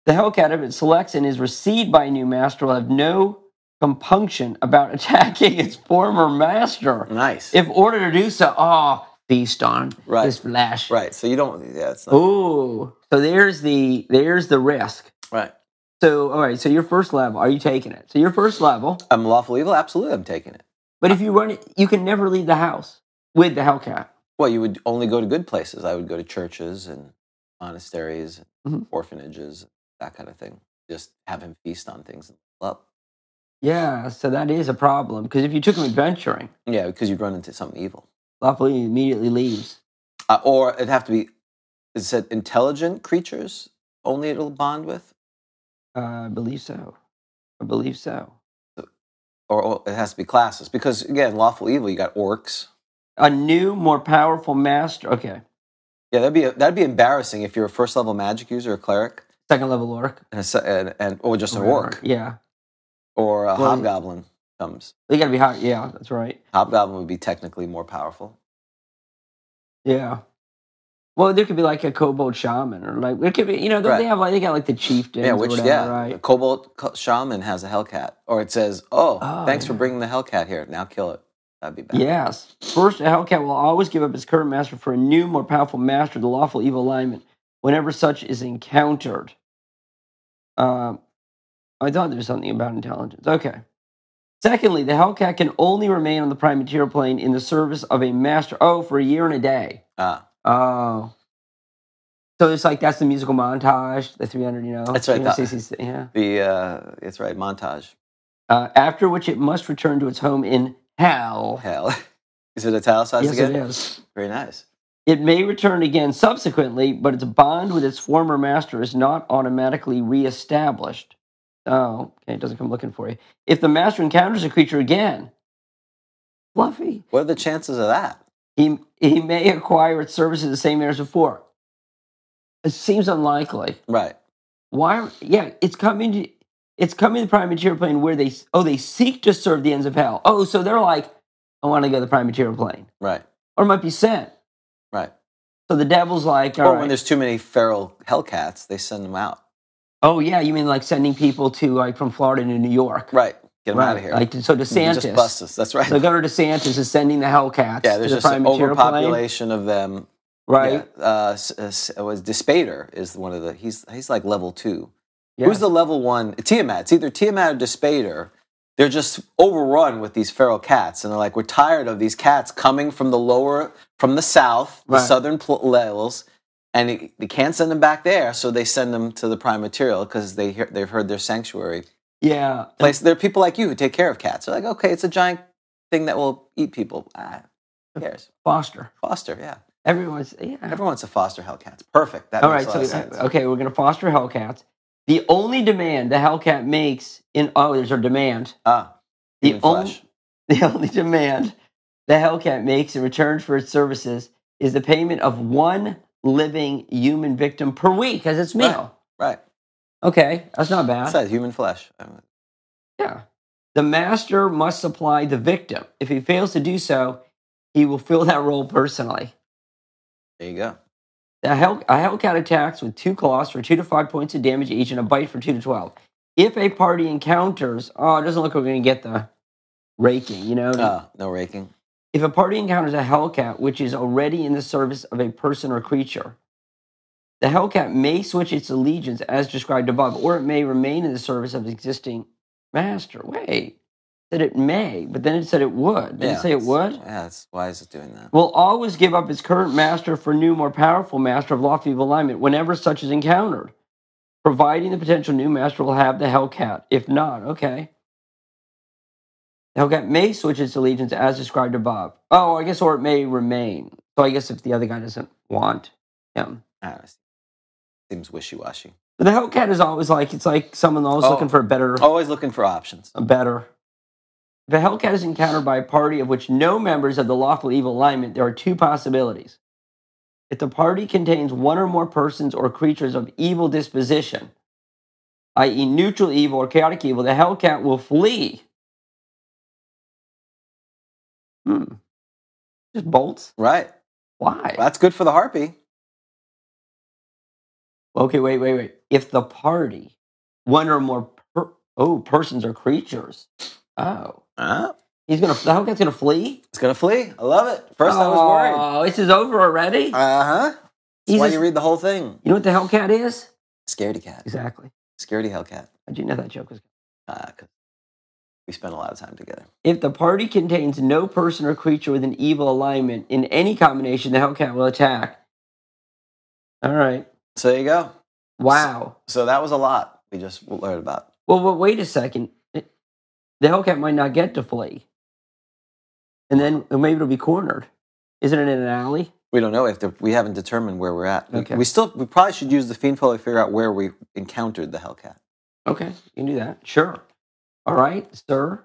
The Hellcat, if it selects and is received by a new master, will have no compunction about [laughs] attacking its former master.
Nice.
If ordered to do so, oh, feast on
Right.
this flesh.
right. So you don't. Yeah, it's not
Ooh, so there's the there's the risk.
right.
So all right, so your first level, are you taking it? So your first level,
I'm lawful evil. Absolutely, I'm taking it.
but if you run it, you can never leave the house with the Hellcat.
Well, you would only go to good places. I would go to churches and monasteries,
Mhm.
orphanages, that kind of thing. Just have him feast on things and level up.
Yeah, so that is a problem because if you took him adventuring,
Yeah, because you'd run into something evil.
lawfully immediately leaves.
Uh, or it'd have to be, it said intelligent creatures only it'll bond with,
Uh, I believe so. I believe so.
or, or it has to be classes. Because again, lawful evil, you got orcs.
A new, more powerful master. Okay,
Yeah, that'd be, that'd be embarrassing if you're a first level magic user, a cleric,
second level orc.
and, a, se- and, and or just an
Or-
orc,
Yeah,
or a
Well-
hobgoblin comes.
they gotta be high. Yeah, that's right.
Hobgoblin would be technically more powerful.
Yeah. Well, there could be like a kobold shaman, or like there could be, you know, they-
Right.
they have like they got like the chieftains,
yeah,
or
which
whatever,
yeah, the
right?
Cobalt co- Shaman has a Hellcat, or it says, "Oh,
Oh,
thanks for
yeah.
bringing the Hellcat here. Now kill it." That'd be bad.
Yes. First, a Hellcat will always give up his current master for a new, more powerful master, the lawful evil alignment, whenever such is encountered. Um, I thought there was something about intelligence. Okay. Secondly, the Hellcat can only remain on the prime material plane in the service of a master. Oh, for a year and a day.
Ah,
Oh. So it's like that's the musical montage, the 300, you know.
That's right, that-
360, yeah.
the uh, it's right montage.
Uh, after which it must return to its home in hell.
Hell, [laughs] is it italicized
yes,
again?
it is.
Very nice.
It may return again subsequently, but its bond with its former master is not automatically reestablished. Oh, okay. It doesn't come looking for you. If the master encounters a creature again, Fluffy,
What are the chances of that?
he, he may acquire its services the same manner as before. It seems unlikely.
Right. why
Why? are- Yeah, it's coming. To, it's coming to the prime material plane where they oh they seek to serve the ends of hell. Oh, so they're like, I want to go to the prime material plane,
Right.
or it might be sent.
Right.
So the devil's like, all
or
right.
Oh, when there's too many feral hellcats, they send them out.
oh yeah, you mean like sending people to like from Florida to New York?
Right. Get them
right.
out of here.
Like so,
You can
DeSantis.
Just bust us. That's right.
So Governor DeSantis is sending the
[laughs]
Hellcats
yeah, there's
to the
just
prime
an
material plane,
overpopulation of them.
right?
Yeah. Uh, s- uh, s- it was Despater is one of the. He's he's like level two.
Yeah.
Who's the level one? Tiamat. It's either Tiamat or Despater. They're just overrun with these feral cats, and they're like, we're tired of these cats coming from the lower, from the south, the
Right.
southern pl- levels, and they, they can't send them back there, so they send them to the prime material because they hear, they've heard their sanctuary
yeah,
place. There are people like you who take care of cats. They're like, okay, it's a giant thing that will eat people. Ah, who cares?
Foster.
Foster, yeah.
Everyone's yeah.
Everyone wants to foster Hellcats. Perfect. That
All
makes
right,
a lot
so uh,
of sense.
okay, we're gonna foster Hellcats. The only demand the Hellcat makes in oh, there's our demand.
Ah,
The
human
only
flesh.
[laughs] the only demand the Hellcat makes in return for its services is the payment of one living human victim per week as its meal.
Right.
Okay, that's not bad.
Besides, human flesh. Um,
Yeah. The master must supply the victim. If he fails to do so, he will fill that role personally.
There you go.
The hell, a Hellcat attacks with two claws for two to five points of damage each and a bite for two to 12. If a party encounters, oh, it doesn't look like we're going to get the raking, you know?
Ah, no raking.
If a party encounters a Hellcat which is already in the service of a person or creature, the Hellcat may switch its allegiance as described above, or it may remain in the service of existing master. Wait, that it may, but then it said it would. Did it say it
it's-
would?
Yeah, that's, why is it doing that?
Will always give up its current master for new, more powerful master of lawful evil alignment whenever such is encountered, providing the potential new master will have the Hellcat. If not, okay. The Hellcat may switch its allegiance as described above. Oh, I guess, or it may remain. So I guess if the other guy doesn't want him.
I don't know. Ah, Seems wishy washy.
But the Hellcat is always like, it's like someone always
Oh.
looking for a better.
Always looking for options.
a better. If a Hellcat is encountered by a party of which no members of the lawful evil alignment, there are two possibilities. If the party contains one or more persons or creatures of evil disposition, i.e., neutral evil or chaotic evil, the Hellcat will flee. Hmm. Just bolts?
Right.
Why?
Well, that's good for the harpy.
Okay, wait, wait, wait. If the party, one or more per- oh persons or creatures, oh,
Ah,
he's gonna the Hellcat's gonna flee.
it's going to flee. I love it. First, I was worried.
Oh, this is over already.
Uh huh. That's
He's
why
a-
you read the whole thing.
you know what the Hellcat is?
Scaredy cat.
Exactly.
Scaredy hellcat.
How'd you know that joke was?
Ah, 'cause we spent a lot of time together.
If the party contains no person or creature with an evil alignment in any combination, the Hellcat will attack. All right.
So there you go.
Wow.
So that was a lot we just learned about.
Well, well wait a second. It- The Hellcat might not get to flee, and then and maybe it'll be cornered. Isn't it in an alley?
We don't know if the, we haven't determined where we're at. We,
Okay.
we still we probably should use the fiend follow to figure out where we encountered the Hellcat.
Okay, you can do that. Sure. All right, sir.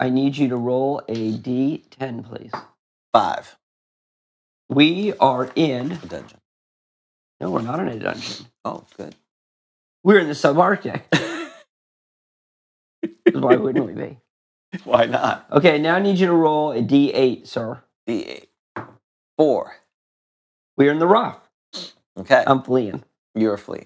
I need you to roll a d10, please.
Five
We are in
the dungeon.
No, we're not in a dungeon.
Oh, good.
We're in the [laughs] subarctic. Why wouldn't we be?
[laughs] Why not?
Okay, now I need you to roll a d8, sir.
The eight. four.
We're in the rough.
Okay,
I'm fleeing.
you're a flea.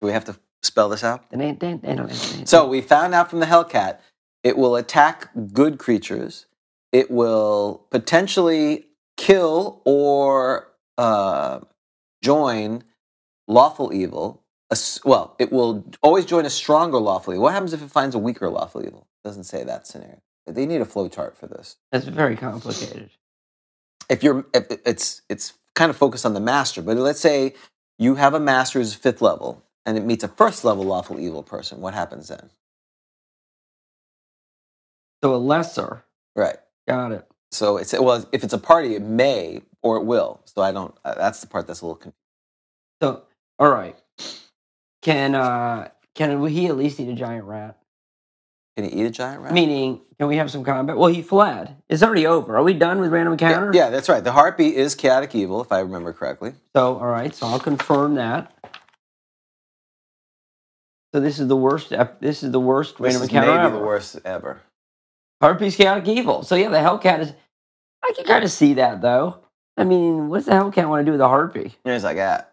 Do we have to spell this out?
So,
So we found out from the Hellcat, it will attack good creatures. It will potentially kill or uh, join lawful evil. Ass- Well, it will always join a stronger lawful evil. What happens if it finds a weaker lawful evil? Doesn't say that scenario. But They need a flowchart for this.
that's very complicated.
If you're, if it's it's kind of focused on the master. But let's say you have a master who's fifth level, and it meets a first level lawful evil person. What happens then?
So, a lesser.
Right.
Got it.
So it's well, if it's a party, it may or it will. So I don't. uh, That's the part that's a little confusing.
So, all right. Can uh Can he at least eat a giant rat?
Can he eat a giant rat?
Meaning, can we have some combat? Well, he fled. It's already over. Are we done with random encounter?
yeah, yeah, that's right. The heartbeat is chaotic evil, if I remember correctly.
So, all right. So I'll confirm that. So this is the worst. ep- This is the worst
This
random
is
encounter
maybe
ever.
the worst ever.
Harpy's chaotic evil. So yeah, the Hellcat is. I can kind of see that though. I mean, what's the Hellcat want to do with a harpy?
And he's like, ah.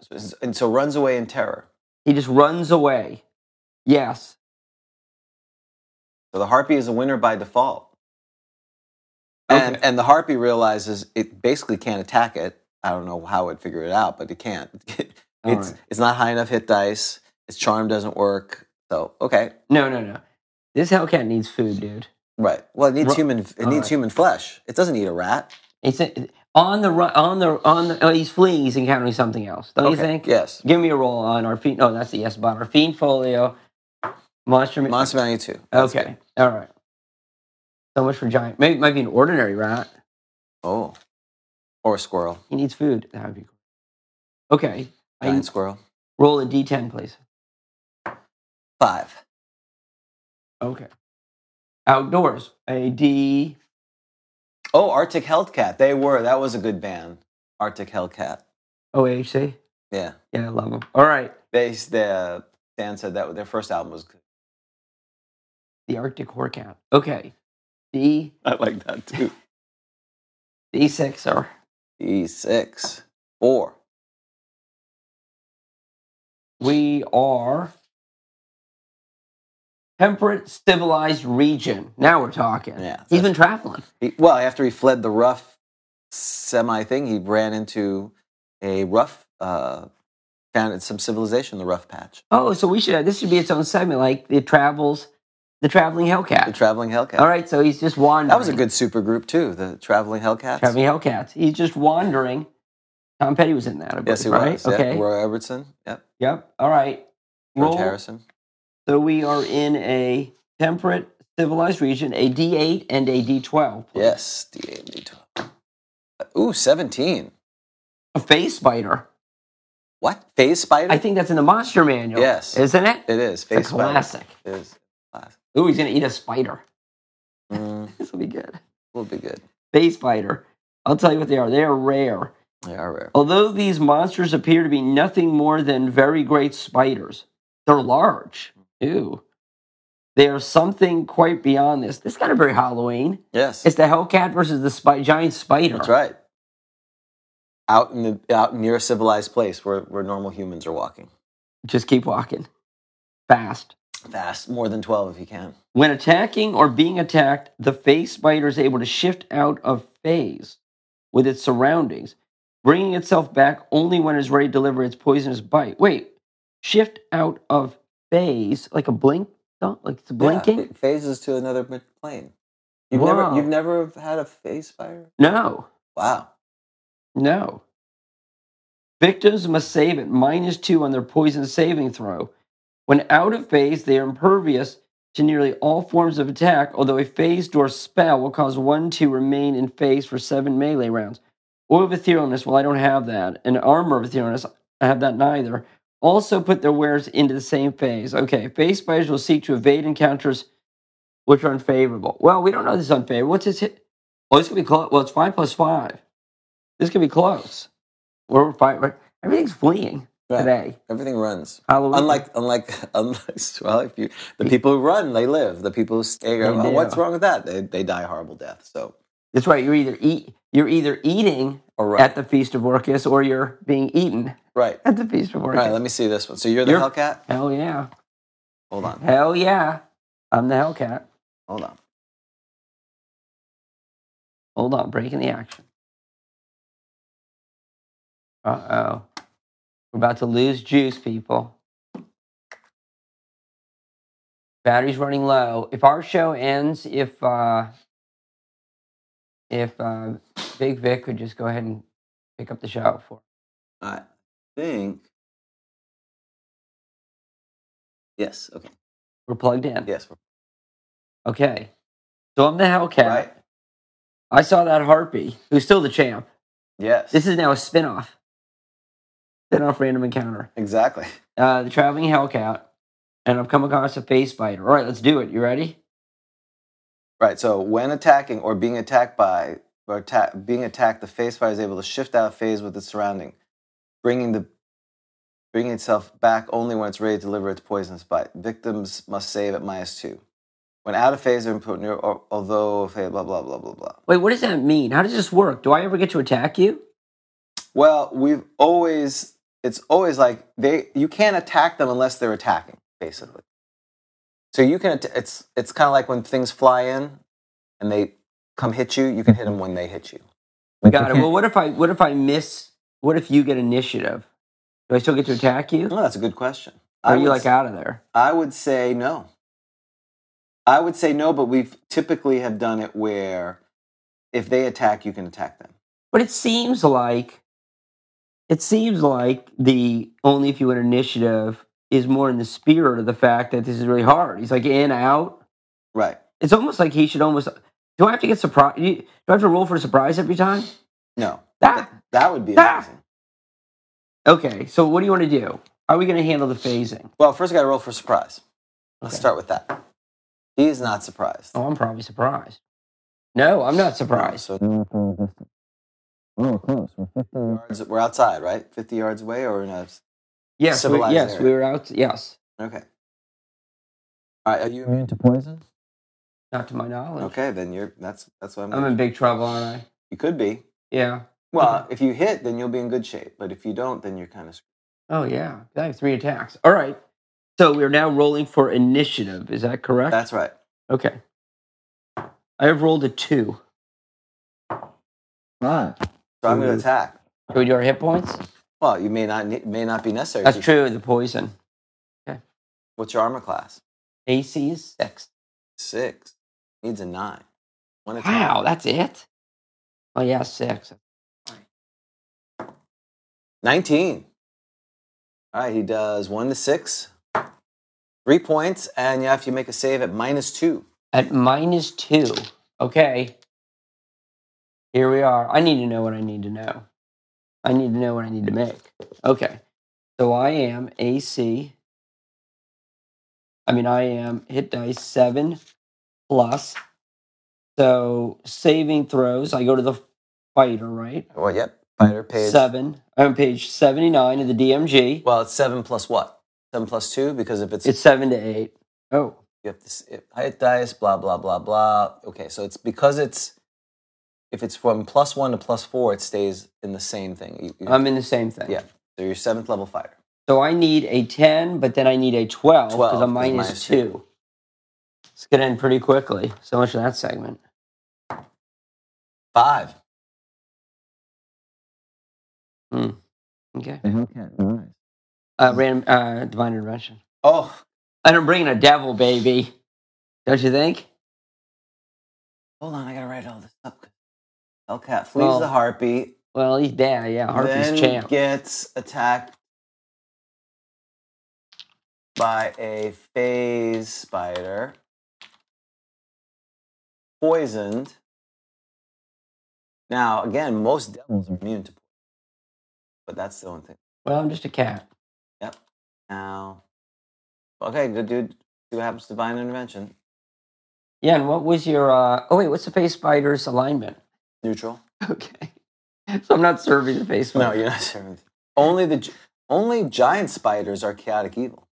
And so runs away in terror.
He just runs away. Yes.
So the harpy is a winner by default. And,
Okay.
and the harpy realizes it basically can't attack it. I don't know how it'd figure it out, but it can't. [laughs]
All
it's,
right.
it's not high enough hit dice. Its charm doesn't work. So, okay.
No, no, no. This Hellcat needs food, dude.
Right. Well, it needs
Ru-
human. It
All
needs
right.
human flesh. It doesn't need a rat.
It's on the run. On the on the. Oh, he's fleeing. He's encountering something else. Don't you
Okay,
think?
Yes.
Give me a roll on our fiend. No, that's the yes bot. Our fiend folio. Monster. Ma-
Monster Manual Two. That's
Okay.
good.
All right. So much for giant. Maybe it might be an ordinary rat.
Oh. Or a squirrel.
He needs food. That would be cool. Okay. I
Giant squirrel.
roll a d10, please.
Five.
Okay. Outdoors. A d.
Oh, Arctic Hellcat. They were. That was a good band. Arctic Hellcat.
OHC.
Yeah.
Yeah, I love him. All right.
They. The Dan said that their first album was good.
The Arctic Horcat. Okay. D.
I like that
[laughs]
too.
D6, sir.
E six. Four.
We are temperate, civilized region. Now we're talking.
Yeah.
He's been traveling.
He- well, after he fled the rough semi thing, he ran into a rough. Uh, found some civilization. The rough patch.
Oh, so we should. This should be its own segment, like the travels, the traveling Hellcat.
The traveling Hellcat.
All right, so he's just wandering.
That was a good super group too, the Traveling Hellcats.
Traveling Hellcats. He's just wandering. Tom Petty was in that, I believe,
yes, he
right?
was.
Okay.
Yep. Roy Robertson. Yep.
Yep. All right.
George
Roll.
Harrison.
So we are in a temperate, civilized region, a D8 and a D12. please.
Yes. D8 D12. Ooh, 17.
A face spider.
What? Phase Spider?
I think that's in the monster manual.
Yes.
Isn't it?
it is.
It's
Phase
a
Spider.
classic.
It is.
Ooh, he's going to eat a spider. [laughs]
Mm,
This will be good.
will be good.
Face spider. I'll tell you what they are. They are rare.
They are rare.
Although these monsters appear to be nothing more than very great spiders, they're large. Ew. They are something quite beyond this. This got to be Halloween.
Yes.
It's the Hellcat versus the spi- giant spider.
That's right. Out in the out near a civilized place where, where normal humans are walking.
Just keep walking. Fast.
Fast. More than twelve if you can.
When attacking or being attacked, the phase spider is able to shift out of phase with its surroundings, bringing itself back only when it's ready to deliver its poisonous bite. Wait, shift out of phase like a blink? don't- Like it's blinking?
Yeah, it phases to another plane. You've never
Wow.
you've never had a phase spider?
No,
Wow.
no. Victims must save at minus two on their poison saving throw. When out of phase, they are impervious to nearly all forms of attack, although a phased or spell will cause one to remain in phase for seven melee rounds. Oil of Etherealness, well, I don't have that. And Armor of Etherealness, I have that neither. Also put their wares into the same phase. Okay, phase spiders will seek to evade encounters which are unfavorable. Well, we don't know this is unfavorable. What's his hit? Oh, this could be close. Well, it's five plus five. This could be close. We're five. we're- Everything's fleeing
Right.
today.
Everything runs.
Halloween.
Unlike, unlike, [laughs] unlike, well, if you, the people who run, they live. The people who stay, go,
Mm. They
"Oh,
do.
what's wrong with that? They, they die a horrible death. So,
That's right. You're either eat you're either eating
all right,
at the feast of Orcus or you're being eaten
right,
at the feast of
all
Orcus.
right. Let me see this one. So you're the
You're- Mm.
Hellcat.
Hell yeah!
Hold on,
Hell yeah! I'm the Hellcat.
hold on.
Hold on, breaking the action. Uh oh, we're about to lose juice, people. Battery's running low. If our show ends, if uh, if uh, Big Vic could just go ahead and pick up the show for.
I think yes. Okay,
We're plugged in.
yes. we're-
Okay. So I'm the Hellcat.
Right.
I saw that Harpy, who's still the champ.
Yes.
This is now a spin-off. Spin-off random encounter.
exactly
Uh, the traveling Hellcat. and I've come across a face biter. All right, let's do it. You ready?
Right. So when attacking or being attacked by or atta- being attacked, the face fighter is able to shift out of phase with its surrounding, bringing the bringing itself back only when it's ready to deliver its poisonous bite. Victims must save at minus two. When out of phase, they're put near, al- although blah blah blah blah blah.
Wait, what does that mean? How does this work? Do I ever get to attack you?
Well, we've always it's always like they you can't attack them unless they're attacking, basically. So you can att- it's it's kind of like when things fly in and they come hit you, you can hit them when they hit you. Like, you
Got it.
can't-
Well, what if I what if I miss? What if you get initiative? Do I still get to attack you?
Oh, that's a good question.
Or are you
would
like
s-
out of there?
I would say no. I would say no, but we've typically have done it where if they attack, you can attack them.
But it seems like it seems like the only if you win initiative is more in the spirit of the fact that this is really hard. He's like in out.
Right.
It's almost like he should almost. Do I have to get surprised? Do I have to roll for a surprise every time?
No.
That
That would be
Ah!
amazing.
okay. So what do you want to do? How Are we going to handle the phasing?
Well, first I gotta roll for surprise. Let's
Okay.
start with that. He is not surprised.
Oh, I'm probably surprised. No, I'm not surprised.
So
Oh, close. We're 15.
yards, we're outside, right? Fifty yards away or in a
Yes, we,
Civilized
yes,
area.
we were out. Yes,
Okay. All right, are you
Immune to poison?
not to my knowledge.
Okay, then you're that's that's what I'm,
I'm in big trouble, aren't I?
you could be.
Yeah.
Well, if you hit, then you'll be in good shape. But if you don't, then you're kind of screwed.
Oh yeah. I have three attacks. All right. So we're now rolling for initiative. Is that correct?
That's right.
okay. I have rolled a two.
Five.
So I'm going
Ooh.
to attack.
Can we do our hit points?
Well, you may not need, may not be necessary.
That's
You-
true. The poison.
What's your armor class?
AC is six.
Six. Needs a nine. One attack.
Wow, that's it. Oh yeah, six.
Nineteen. All right, he does one to six, three points, and you have to make a save at minus two.
At minus two. Okay. Here we are. I need to know what I need to know. I need to know what I need to make. Okay. So I am AC. I mean, I am hit dice seven plus. So saving throws, I go to the fighter, right?
Well, yep. Fighter page.
Seven. I'm on page 79 of the DMG.
Well, it's seven plus what? Seven plus two because if it's,
it's seven to eight. Oh,
you have to s- it, height dice, blah blah blah blah. Okay, so it's because it's if it's from plus one to plus four, it stays in the same thing. You- you-
I'm in the same thing.
yeah. So you're seventh level fighter.
So I need a 10, but then I need a 12 because
12,
I'm
'cause
minus,
minus
2. It's going to end pretty quickly. So much for that segment.
Five.
Okay.
The Hellcat. Nice.
Uh, random, uh, divine intervention.
Oh,
And I'm bringing a devil, baby. Don't you think?
Hold on, I gotta write all this up. Hellcat flees
Well,
the harpy,
Well, he's dead. Yeah.
then
Harpy's champ.
gets attacked by a phase spider, poisoned. Now, again, most devils are immune to poison, but that's the only thing.
well, I'm just a cat.
Yep. Now, okay, good dude. See what happens to divine intervention.
Yeah. And what was your. Uh, oh, wait. What's the face spider's alignment? [laughs]
Neutral.
Okay. So I'm not serving the face
No,
spider.
you're not [laughs] sure. Only the gi- only giant spiders are chaotic evil.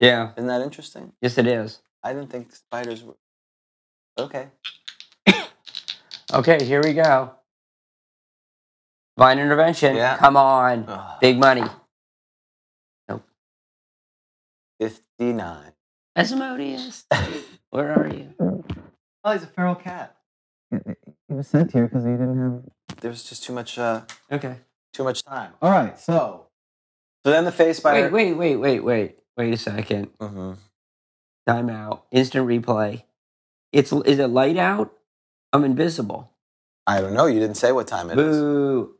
Yeah.
Isn't that interesting?
Yes, it is.
I didn't think spiders were. Okay.
Okay. Here we go. Divine intervention.
Yeah. Uh,
Come on.
Ugh.
Big money.
59.
Asmodeus, where are you?
Oh, he's a feral cat.
Yeah, He was sent here because he didn't have.
There's just too much, uh,
Okay.
too much time.
All right. So
So. So then the face spider.
Wait, wait, wait, wait, wait. Wait a second.
Mm-hmm.
Time out. Instant replay. It's is it light out? I'm invisible.
I don't know. You didn't say what time it is.
Boo.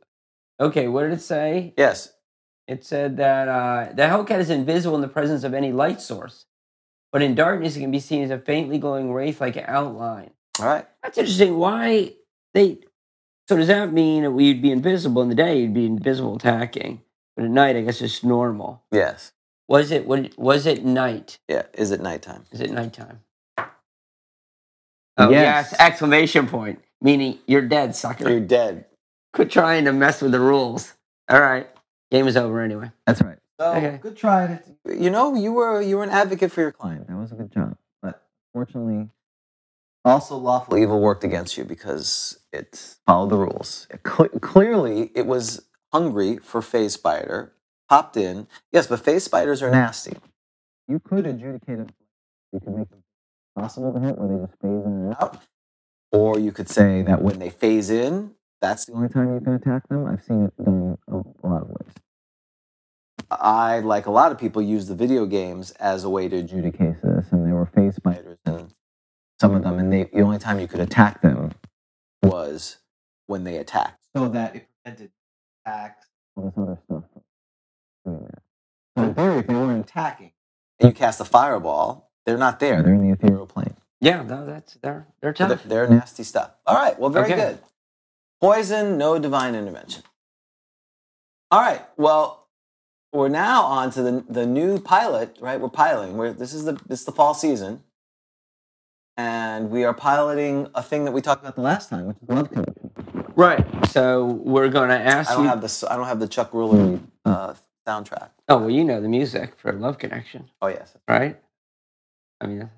Okay, what did it say?
Yes.
It said that uh, the Hellcat is invisible in the presence of any light source, but in darkness it can be seen as a faintly glowing wraith-like outline.
All right.
That's interesting. Why they? So does that mean that we'd be invisible in the day? You'd be invisible attacking, but at night I guess it's normal.
Yes.
Was it what? Was it night?
Yeah, is it nighttime?
Is it nighttime? Oh yes!
Yes.
Exclamation point, meaning you're dead, sucker.
You're dead.
Quit trying to mess with the rules. All right, game is over anyway.
That's right.
So
Okay.
Good try. That's
you know, you were you were an advocate for your client.
fine. That was a good job. But fortunately,
Also, lawful evil worked against you because it followed the rules. It cle clearly, it was hungry for phase spider. Popped in. Yes, but phase spiders are nasty.
you could adjudicate it. You could make it possible to hit where they just phase in and out.
Out. Or you could say that when they phase in, that's the
The only
only.
time you can attack them, I've seen it done a lot of ways.
I like a lot of people use the video games as a way to adjudicate
Adjudicate this, and they were phase by
spiders, and some of them, and they, the only time you could attack
attack them.
was when they attacked.
So that it prevented attacks. All this other stuff. from Doing that. So in theory, if they weren't attacking,
And you cast a fireball, they're not
yeah,
there. They're
they're
in
in the
the
ethereal
aerial plane.
Yeah, no, that's they're they're
So they're,
tough.
they're nasty stuff. All right. Well, very
Okay.
good. Poison, no divine intervention. All right. Well, we're now on to the, the new pilot, right? We're piloting. We're, this is the this is the fall season, and we are piloting a thing that we talked about the last time. Which is
blood connection.
Right. So we're gonna ask
I don't
you.
have
Hmm.
the I don't have the Chuck Ruler uh, soundtrack.
oh well, you know the music for Love Connection,
Oh yes.
right? I mean,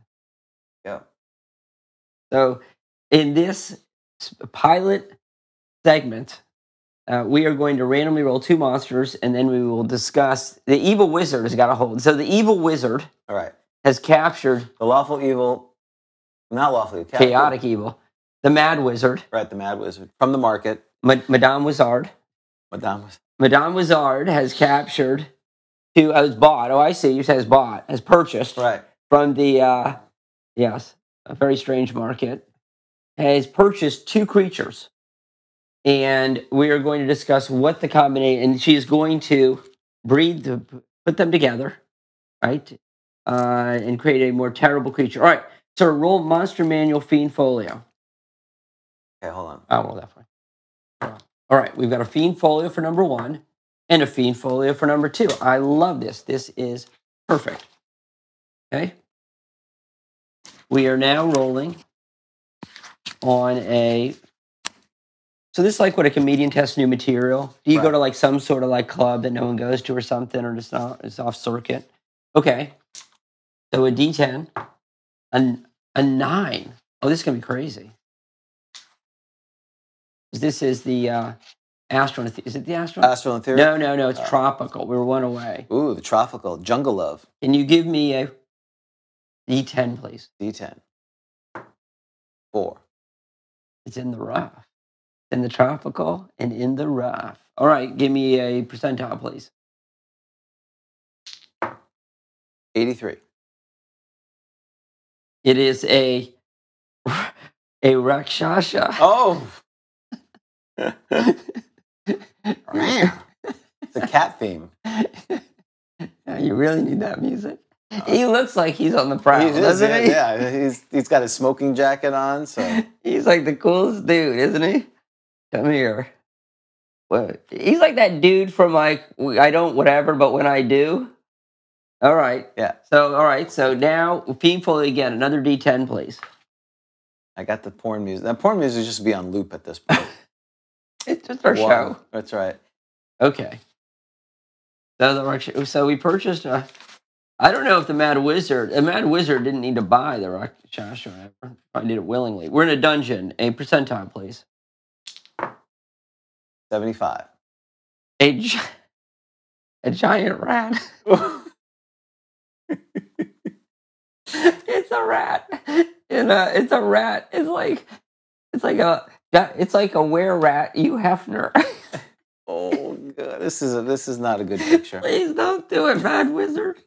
Yeah.
So, in this s- pilot segment, uh, we are going to randomly roll two monsters, and then we will discuss. The evil wizard has got a hold. So the evil wizard
All right.
has captured
The lawful evil, not lawful evil,
chaotic evil, the mad wizard,
Right. The Mad Wizard from the market.
Ma- Madame Wizard.
Madame was
Madame Wizard has captured two. Has bought. Oh, I see. You says bought. Has purchased
right.
from the. Uh, yes, a very strange market. Has purchased two creatures. and we are going to discuss what the combination and she is going to breed the put them together right uh, and create a more terrible creature all right so roll monster manual fiend folio
Okay. Hold on.
oh well that way all right we've got a fiend folio for number one and a fiend folio for number two i love this this is perfect okay we are now rolling on a so this is like what a comedian tests new material. Do you go
Right.
to like some sort of like club that no one goes to or something, or just not it's off circuit? Okay. So a D ten, a a nine. Oh, this is gonna be crazy. 'Cause This is the uh, astronaut. Is it the astronaut?
Astral and Theory.
no, no, no. It's
Uh,
tropical. We were one away.
Ooh, the tropical jungle love
Can you give me a D ten, please?
D10. Four.
It's in the
Ah.
rough, in the tropical, and in the rough. All right, give me a percentile, please.
83.
It is a [laughs] a rakshasa.
[laughs] Oh!
[laughs]
[laughs] it's a cat theme.
Yeah, you really need that music. He looks like he's on the prowl,
Uh. He is,
doesn't
yeah,
he?
yeah, he's he's got his smoking jacket on. So
[laughs] He's like the coolest dude, isn't he? Come here. What? He's like that dude from like I don't whatever, but when I do. All right.
yeah,
So all right. So now Fiend Foley again. Another D10, please.
I got the porn music. That porn music just be on loop at this point.
It's just for
Wow.
show.
That's right.
Okay. So, the Rock- so we purchased a. I don't know if the Mad Wizard, the Mad Wizard didn't need to buy the Rakshas or whatever. I did it willingly. We're in a dungeon. A percentile, please. [laughs]
Seventy-five.
A, gi- [laughs] a giant rat. it's a rat. And uh, it's a rat. It's like, it's like a, it's like a were rat. You Hefner.
oh god, this is a, this is not a good picture.
[laughs] please don't do it, Mad Wizard.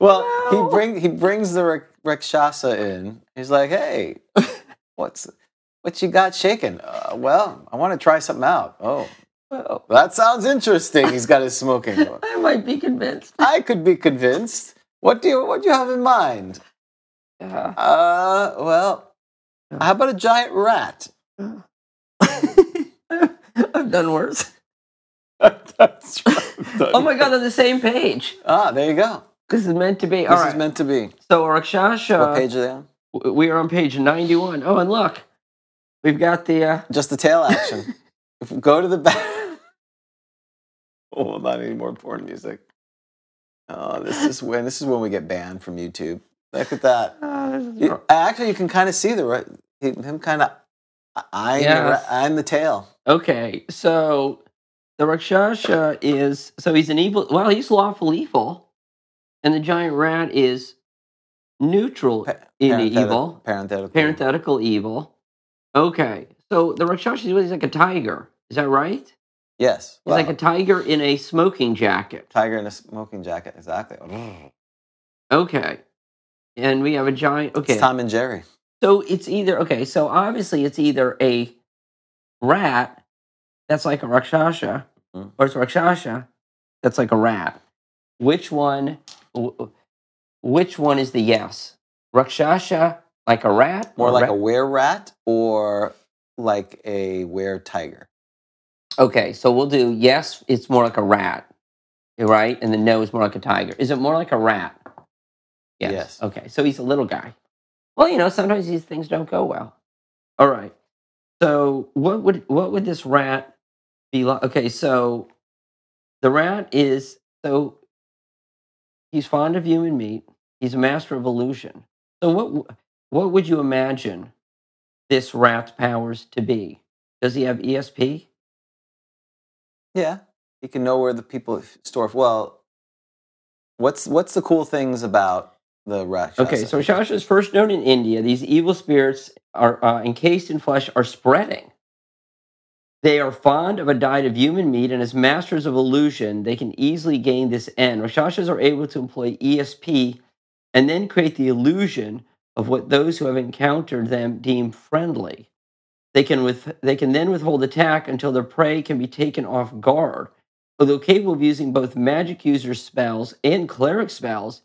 Well,
Wow.
he bring he brings the Rak- Rakshasa in. He's like, "Hey, what's what you got shaking?" Uh, well, I want to try something out. Oh,
Well,
that sounds interesting. He's got his smoking. room.
I might be convinced.
I could be convinced. What do you what do you have in mind?
Yeah.
Uh, well, how about a giant rat? [laughs]
I've done worse.
That's right.
Oh my
[laughs]
god, they're the same page.
Ah, there you go.
This is meant to be.
This
All right.
is meant to be.
so
What
Rakshasha,
page are they on?
w- we are on page ninety-one. Oh, and look, we've got the. Uh,
Just the tail
[laughs]
action. If we go to the back. [laughs] Oh, not any more porn music. Oh, this is when this is when we get banned from YouTube. Look at
[laughs]
that.
oh, this is
You- actually, you can kind of see the right he- him kind of eyeing,
Yes.
the, ra- eyeing the tail.
Okay, so the Rakshasha is so he's an evil. Well, he's lawful evil, and the giant rat is neutral
Pa-
in
parenthetical-
evil,
Parenthetical.
parenthetical evil. Okay, so the Rakshasha is really like a tiger. Is that right? He's
Yes. Well,
like a tiger in a smoking jacket.
tiger in a smoking jacket. Exactly.
Okay, and we have a giant. Okay,
It's Tom and Jerry.
So it's either okay. So obviously it's either a rat that's like a rakshasa,
Mhm.
or it's a rakshasa that's like a rat. Which one? wh- Which one is the yes? Rakshasa like a rat,
More
or
like
rat-
a were rat or like a were tiger.
Okay, so we'll do yes. It's more like a rat, right? And the no is more like a tiger. Is it more like a rat? Yes.
Yes.
Okay, so he's a little guy. Well, you know, sometimes these things don't go well. All right. So what would what would this rat be like? Okay, so the rat is so he's fond of human meat. He's a master of illusion. So what w- what would you imagine this rat's powers to be? Does he have E ESP?
Yeah. You can know where the people store. Well, what's what's the cool things about the rat?
Okay, so Shasha is first known in India. These evil spirits are uh, encased in flesh are spreading. They are fond of a diet of human meat, and as masters of illusion, they can easily gain this end. Rakshasas are able to employ ESP and then create the illusion of what those who have encountered them deem friendly. They can, with, they can then withhold attack until their prey can be taken off guard. Although capable of using both magic user spells and cleric spells,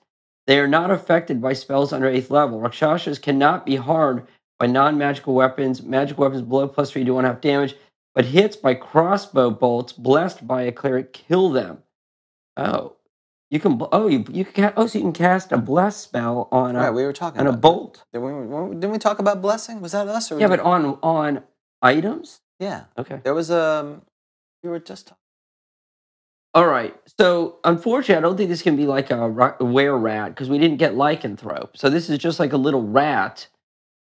they are not affected by spells under eighth level. Rakshasas cannot be harmed by non magical weapons. Magic weapons blow plus three to one half damage, but hits by crossbow bolts blessed by a cleric kill them. Oh, you can. bl- Oh, you you can. ca- Oh, so you can cast a bless spell on a
Right, we were talking
on a
about
bolt.
Did we, weren't- didn't we talk about blessing? Was that us? Or
Yeah, but on on items.
yeah,
Okay.
there was um, we were just talking.
All right. So, unfortunately, I don't think this can be like a ra- were rat because we didn't get lycanthrope. So, this is just like a little rat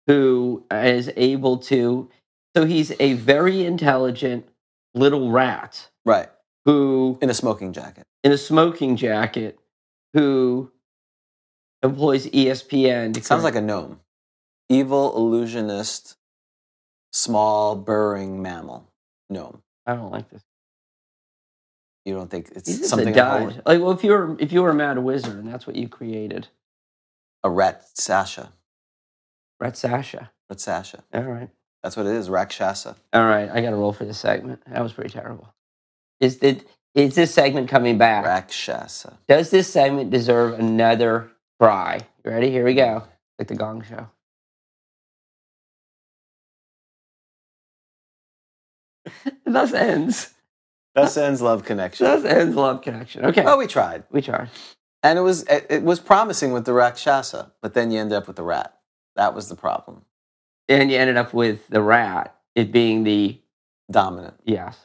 who is able to. So, he's a very intelligent little rat
right
who,
in a smoking jacket.
in a smoking jacket, who employs E ESPN. to
It sounds
create-
like a gnome, evil illusionist, small burrowing mammal gnome.
I don't like this.
You don't think it's
He's just a
something
dud.
unholy?
Like, well, if you were if you were a mad wizard and that's what you created,
A rat Sasha,
Rat Sasha.
rat Sasha.
All right.
That's what it is. Rakshasa.
All right, I got to roll for this segment. That was pretty terrible. Is did is this segment coming back?
Rakshasa.
Does this segment deserve another try? You ready? Here we go. Like the Gong Show. [laughs] Thus ends.
Thus ends love connection.
Thus ends love connection.
[laughs]
Okay,
Oh, we tried,
we tried.
and it was it, it was promising with the Rakshasa, but then you end up with the rat. That was the problem.
And you ended up with the rat. It being the
Dominant,
yes.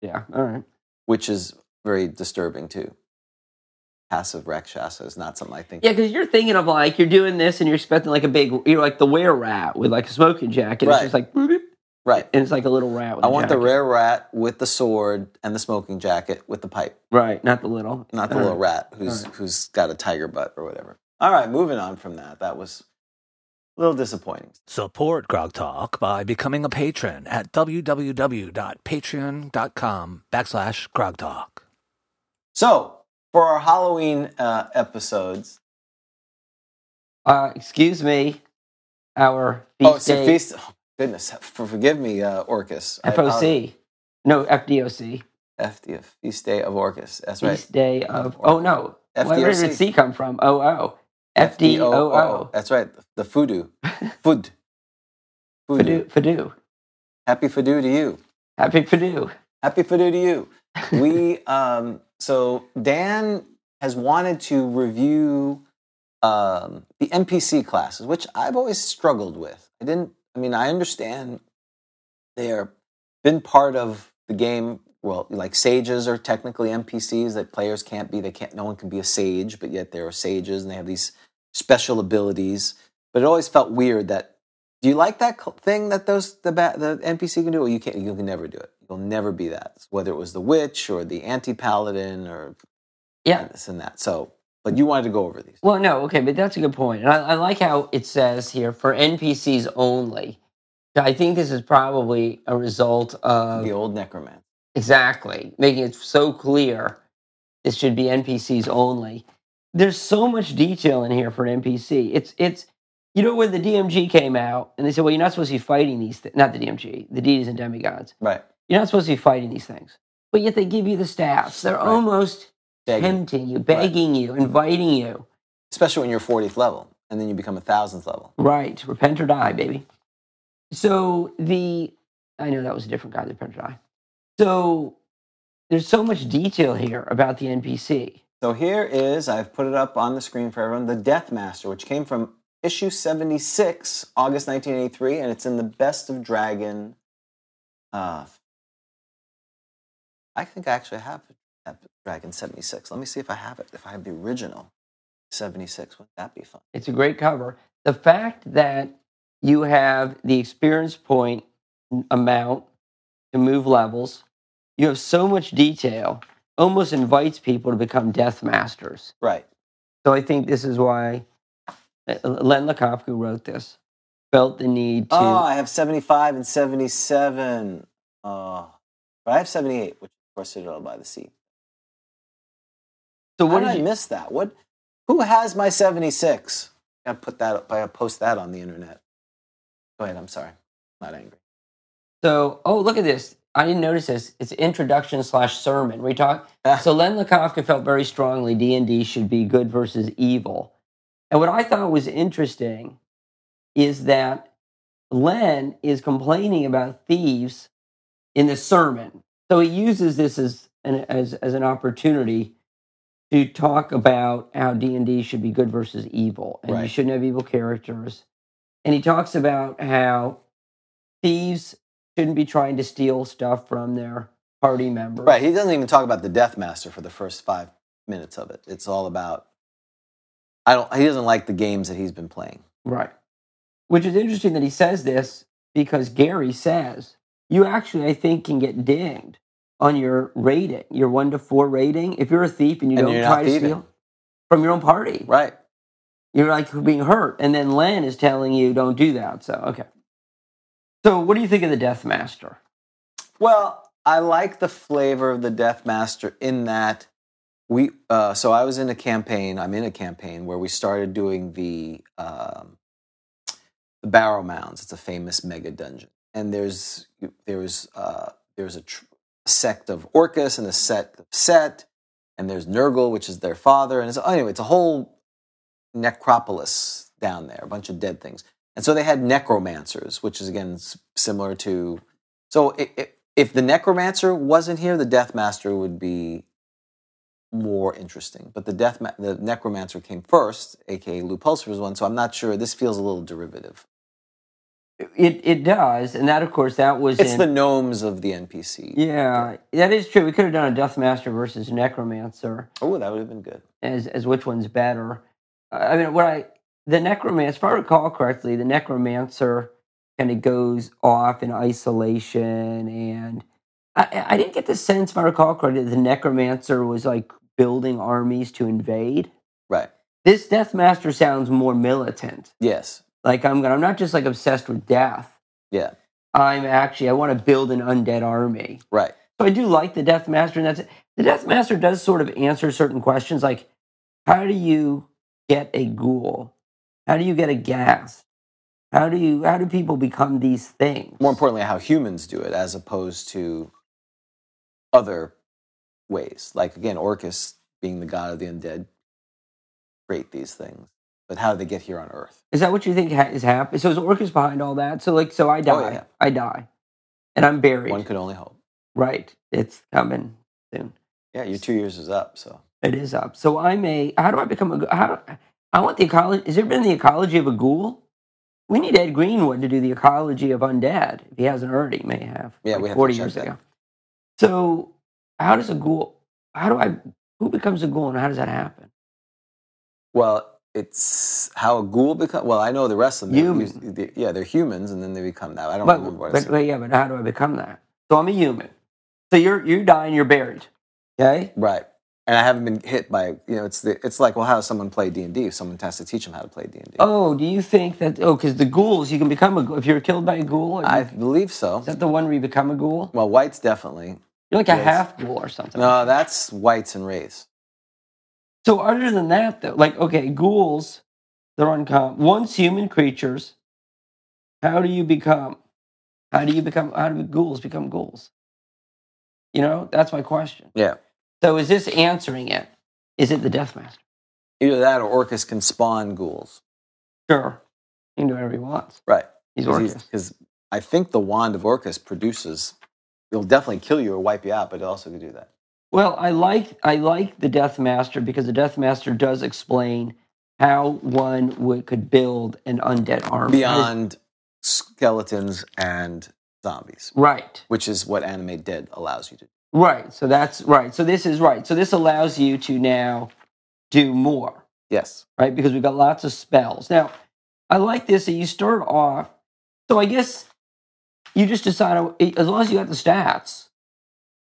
Yeah. All right.
which is very disturbing too. Passive Rakshasa is not something I think.
Yeah, because you're thinking of like you're doing this and you're expecting like a big. You're like the wear rat with like a smoking jacket. It's
Right.
just like. boop,
Right.
and it's like a little rat. With
I
a
want the
jacket.
rare rat with the sword and the smoking jacket with the pipe,
right, not the little,
not the
All
little
right.
rat who's
Alright.
who's got a tiger butt or whatever. All right, moving on from that. That was a little disappointing.
Support Grog Talk by becoming a patron at www.patreon.com backslash Grog Talk.
So for our Halloween uh, episodes,
Uh, excuse me, our feast
oh, it's a
day
feast. Oh, goodness, for, forgive me, uh, Orcus. I-
FOC, no FDOC,
I'll- FDF, feast day of Orcus. That's right.
feast day of. Oh no, where
FDOC.
did C come from? Oh oh, FDOO,
That's right. The Fudu. Food. Fudu.
Fadoo Fadoo.
Happy Fudu to you.
Happy Fadoo.
Happy Fadoo to you. We um, So Dan has wanted to review um, the NPC classes, which I've always struggled with. I didn't. I mean, I understand they are been part of the game. Well, like sages are technically NPCs that players can't be. They can't. No one can be a sage, but yet there are sages, and they have these special abilities. But it always felt weird that. Do you like that cl- thing that those the ba- the NPC can do? Well, you can't. You can never do it. You'll never be that. Whether it was the witch or the anti paladin or
Yeah.
this and that. So, but you wanted to go over these.
Well, no, okay, but that's a good point. And I, I like how it says here for NPCs only. I think this is probably a result of
the old necromancer.
Exactly. Making it so clear this should be NPCs only. There's so much detail in here for an NPC. It's it's you know when the DMG came out and they said, well, you're not supposed to be fighting these things. Not the DMG, the deities and demigods.
Right.
You're not supposed to be fighting these things. But yet they give you the staffs. They're
Right.
almost
Begging.
tempting you, begging you, inviting you.
Especially when you're 40th level and then you become a thousandth level.
Right. Repent or die, baby. So the I know that was a different guy, the repent or die. So there's so much detail here about the NPC.
So here is, I've put it up on the screen for everyone, the Death Master, which came from issue 76, August 1983, and it's in the Best of Dragon. Uh, I think I actually have Death Dragon 76. Let me see if I have it, if I have the original 76. Wouldn't that be fun?
It's a great cover. The fact that you have the experience point amount to move levels, you have so much detail, almost invites people to become death masters.
Right.
So I think this is why uh, Len Lakop, who wrote this, felt the need to.
Oh, I have 75 and 77. Uh, but I have 78, which of course Citadel by the Sea.
so
How
what
did
did
I
you?
miss that? What? Who has my 76? I put that up. I post that on the internet. Go ahead. I'm sorry. not angry.
So oh, look at this. I didn't notice this. It's introduction slash sermon. We talk. So Len Lakofka felt very strongly D and D should be good versus evil, and what I thought was interesting is that Len is complaining about thieves in the sermon. So he uses this as an, as as an opportunity to talk about how D and D should be good versus evil, and you
Right.
shouldn't have evil characters. And he talks about how thieves shouldn't be trying to steal stuff from their party members.
Right. He doesn't even talk about the Death Master for the first five minutes of it. It's all about. I don't. He doesn't like the games that he's been playing.
Right. Which is interesting that he says this because Gary says you actually, I think, can get dinged on your rating, your one to four rating. If you're a thief and you
And
don't
you're
try
not
to
thieving.
steal from your own party,
Right.
you're like being hurt. And then Len is telling you don't do that. So, okay. So, what do you think of the Death Master?
Well, I like the flavor of the Death Master in that we. Uh, so I was in a campaign. I'm in a campaign where we started doing the um, the Barrow Mounds. It's a famous mega dungeon, and there's there's uh, there's a tr- sect of Orcus and a sect of Set, and there's Nurgle, which is their father, and it's, anyway, it's a whole necropolis down there, a bunch of dead things. And so they had necromancers, which is again s- similar to so i i if the necromancer wasn't here, the death master would be more interesting. But the death ma- the necromancer came first, aka Lou Pulsar's one. So I'm not sure. This feels a little derivative.
It, it does. And that, of course, that was
It's
in.
the gnomes of the NPC.
yeah, that is true. We could have done a Death Master versus Necromancer.
Oh, that would have been good.
as as which one's better. Uh, I mean, what I the necromancer, if I recall correctly, the necromancer kind of goes off in isolation, and I- I, I didn't get the sense, if I recall correctly, that the necromancer was like building armies to invade.
Right.
This death master sounds more militant.
Yes.
Like I'm, gonna- I'm not just like obsessed with death.
Yeah.
I'm actually, I want to build an undead army.
Right.
So I do like the Death Master, and that's the Death Master does sort of answer certain questions, like how do you get a ghoul? How do you get a gas? How do you how do people become these things?
More importantly, how humans do it as opposed to other ways. Like again, Orcus being the god of the undead, create these things. But how do they get here on Earth?
Is that what you think ha- is happening? So is Orcus behind all that? So like, so I die,
Oh, yeah.
I die, and I'm buried.
One could only hope.
right, it's coming soon.
Yeah, your two years is up. So
It is up. So I'm a. How do I become a? g- How do, I want the ecology. Has there been the ecology of a ghoul? We need Ed Greenwood to do the ecology of undead. If he hasn't already, he may have.
Yeah, we have to
forty
check
years
that.
ago. So how does a ghoul? How do I? Who becomes a ghoul, and how does that happen?
Well, it's how a ghoul become. Well, I know the rest of them.
Human.
use- the- yeah, they're humans, and then they become that. I don't remember
But,
what
but,
it's.
but yeah, but how do I become that? So I'm a human. So you're you die and you're buried. Okay.
Right, and I haven't been hit by. You know, it's the. It's like well, how does someone play D and D? If someone has to teach them how to play D and D.
Oh, do you think that? Oh, because the ghouls, you can become a ghoul if you're killed by a ghoul. or you-
I believe so.
is that the one where you become a ghoul?
Well, whites definitely.
You're like a
Yes.
half ghoul or something.
No, that's whites and rays.
So other than that, though, like okay, ghouls, they're uncommon. Once human creatures, how do you become? How do you become? How do ghouls become ghouls? You know, that's my question.
Yeah,
So is this answering it? Is it the Death Master?
either that or Orcus can spawn ghouls.
Sure, he can do whatever he wants.
Right.
He's Orcus.
Because I think the wand of Orcus produces. It'll definitely kill you or wipe you out, but it also could do that.
Well, I like I like the Death Master because the Death Master does explain how one would, could build an undead army.
Beyond skeletons and zombies.
right.
which is what anime did allows you to.
Right. So that's right. So this is right. So this allows you to now do more,
Yes.
right? Because we've got lots of spells. Now, I like this that you start off. So I guess you just decide oh, as long as you got the stats,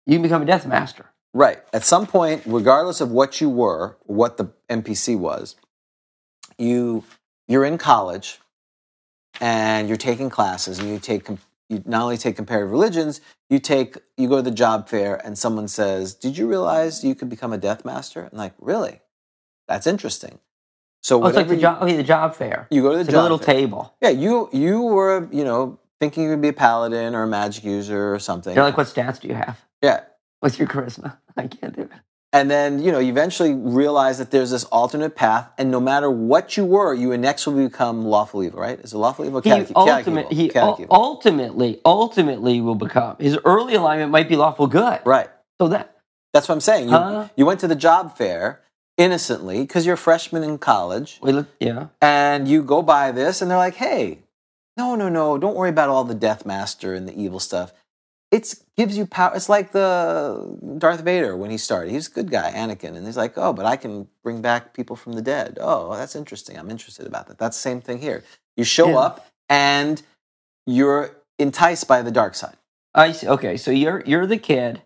you can become a death master.
Right. At some point, regardless of what you were, what the NPC was, you you're in college and you're taking classes and you take com- you not only take comparative religions, you take you go to the job fair and someone says, "Did you realize you could become a death master?" And like, "Really? That's interesting." So
Oh, it's like
whatever
the
you-
job. Okay, the job fair.
You go to the
It's like
job
a little
fair.
table.
Yeah, you you were, you know, thinking you would be a paladin or a magic user or something.
They're like, what stats do you have? [laughs]
yeah.
What's your charisma? [laughs] I can't do it.
And then, you know, you eventually realize that there's this alternate path, and no matter what you were, you inexorably become lawful evil, right? Is it lawful evil?
He,
Catech-
ultimate,
catech-
he
catech-
ul- ultimately, ultimately will become his early alignment might be lawful good.
right.
So that
That's what I'm saying. You,
Huh?
you went to the job fair innocently because you're a freshman in college,
we look, yeah.
and you go by this, and they're like, hey, no, no, no, don't worry about all the Death Master and the evil stuff. It gives you power. It's like the Darth Vader when he started. He's a good guy, Anakin, and he's like, "Oh, but I can bring back people from the dead. Oh, that's interesting. I'm interested about that." That's the same thing here. You show
Yeah.
up and you're enticed by the dark side.
I see. Okay, so you're you're the kid.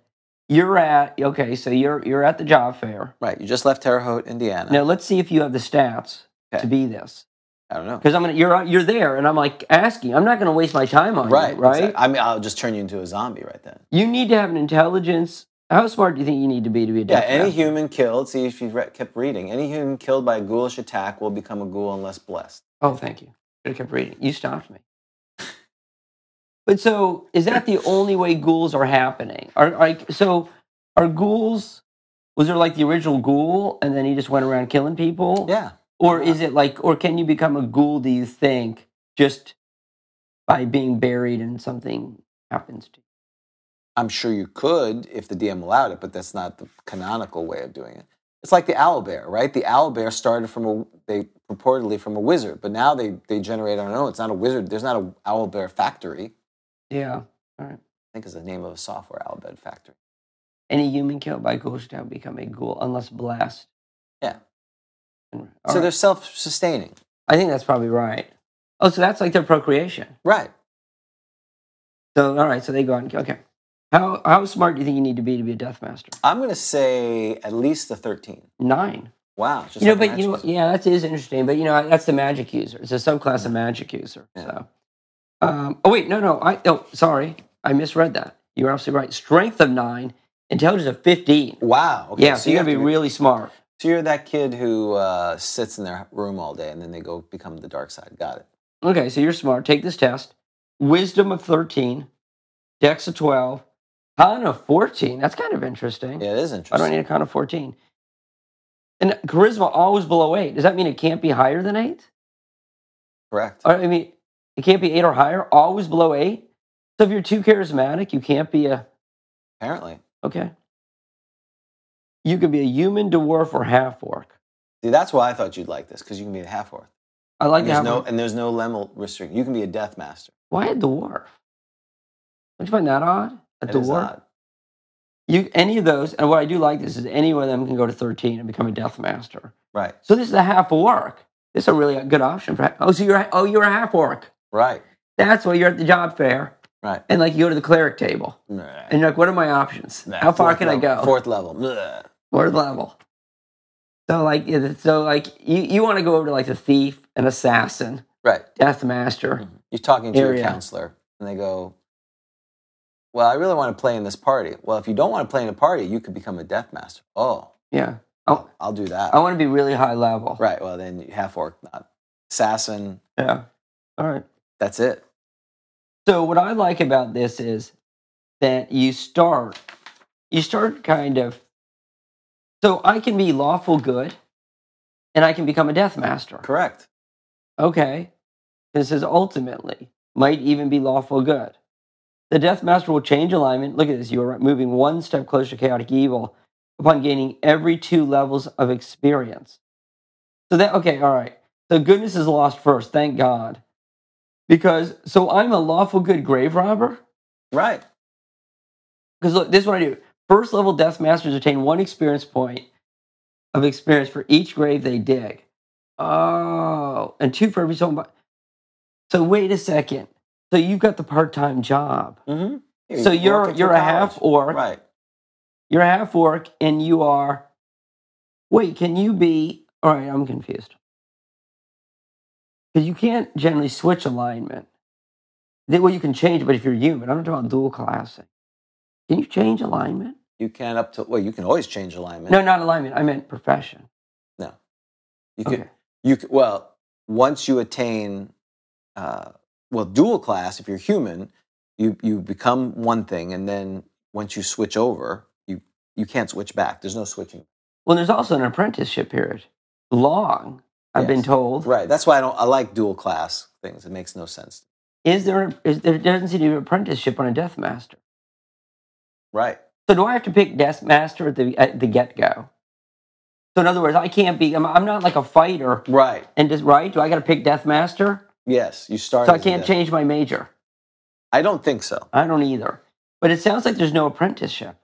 You're at okay, so you're you're at the job fair.
Right? You just left Terre Haute, Indiana.
Now let's see if you have the stats
Uh-huh. Okay.
to be this
I don't know.
because I'm gonna you're you're there, and I'm like asking. I'm not gonna waste my time on
Right?
you, right?
exact- I mean, I'll just turn you into a zombie right then.
You need to have an intelligence. How smart do you think you need to be to be a
Yeah,
death
any
master?
human killed, see if you've re- kept reading, any human killed by a ghoulish attack will become a ghoul unless blessed.
Oh, thank you. Should have kept reading. You stopped me. But so, is that the only way ghouls are happening? Are like so? Are ghouls? Was there like the original ghoul, and then he just went around killing people?
Yeah.
Or is it like, or can you become a ghoul, do you think, just by being buried and something happens to you?
I'm sure you could if the DM allowed it, but that's not the canonical way of doing it. It's like the owlbear, right? The owlbear started from a they purportedly from a wizard, but now they they generate on their own. It's not a wizard. There's not an owlbear factory. I
Yeah.
think is the name of a software owlbear factory.
Any human killed by ghoul shall become a ghoul unless blessed.
Yeah.
All
so
right.
they're self-sustaining,
I think that's probably right. Oh, so that's like their procreation.
right?
So, all right, so they go on. Okay. How, how smart do you think you need to be to be a death master?
I'm going to say at least the 13.
Nine.
Wow. Just
you know,
like
but you know,
matches.
yeah, that is interesting. But you know, that's the magic user. It's a subclass of magic user.
Mm-hmm. Yeah.
So, um, oh wait, no, no, I oh sorry, I misread that. You're absolutely right. Strength of nine, intelligence of fifteen.
Wow. Okay.
yeah, so, you
have
gotta be
to
really smart.
So you're that kid who uh, sits in their room all day and then they go become the dark side. Got it.
Okay, so you're smart. Take this test. Wisdom of thirteen, Dex of twelve, Con of fourteen. That's kind of interesting.
Yeah, it is
Why do
interesting.
Mm-hmm. I don't need a Con of fourteen. And charisma always below eight. Does that mean it can't be higher than eight?
Correct.
Or, e I mean, it can't be eight or higher. Always below eight. So if you're too charismatic, you can't be a
Apparently.
okay. You could be a human, dwarf, or half orc.
See, that's why I thought you'd like this because you can be a half orc.
I like
And there's
that.
no
No,
and there's no level restriction. You can be a death master.
Why a dwarf? Don't you find that odd? A
That is
dwarf?
odd.
You any of those? And what I do like this is any one of them can go to thirteen and become a death master.
Right.
So this is a half orc. This is a really good option for. Oh, so you're oh you're a half orc.
Right.
That's why you're at the job fair
Right.
and like you go to the cleric table and you're like, what are my options?
Nah,
How far
fourth
can I
level-
go?
Fourth level. Bleh.
Fourth level. So like yeah, so like you, you want to go over to like the thief, an assassin,
Right.
death master.
You're talking to
Mm-hmm. Area.
your counselor, and they go, "Well, I really want to play in this party." Well, if you don't want to play in a party, you could become a death master. Oh,
Yeah.
I'll, I'll do that.
I want to be really high level.
Right. Well, then you half orc, not assassin.
Yeah. All right.
That's it.
So what I like about this is that you start you start kind of so I can be lawful good and I can become a death master.
Correct.
Okay. This is ultimately might even be lawful good. The Death Master will change alignment. Look at this. You are moving one step closer to chaotic evil upon gaining every two levels of experience. So that okay, all right. So goodness is lost first, thank God. Because so I'm a lawful good grave robber?
Right.
Because look, this is what I do. First level Death Masters attain one experience point of experience for each grave they dig. Oh, and two for every soul. bu- So wait a second. So you've got the part-time job.
Mm-hmm.
So you're you're a half orc.
Right.
You're a half orc, and you are. Wait, can you be? All right, I'm confused. Because you can't generally switch alignment. Then- Well, you can change, but if you're human, I'm not talking about dual classing. Can you change alignment?
You can up to well. You can always change alignment.
No, not alignment. I meant profession.
you can,
Okay.
you c- well once you attain uh, well dual class if you're human you you become one thing and then once you switch over you you can't switch back there's no switching
Well, there's also an apprenticeship period. Long, I've been
Yes.
told.
right that's why i don't i like dual class things it makes no sense
Is there? Is there doesn't seem to be an apprenticeship on a death master.
right
So do I have to pick death master at the at the get go? So in other words, I can't be. I'm, I'm not like a fighter
right
and just right. Do I got to pick death master?
yes you start
So I
as a
can't
dev-
change my major.
i don't think so
I don't either. But it sounds like there's no apprenticeship.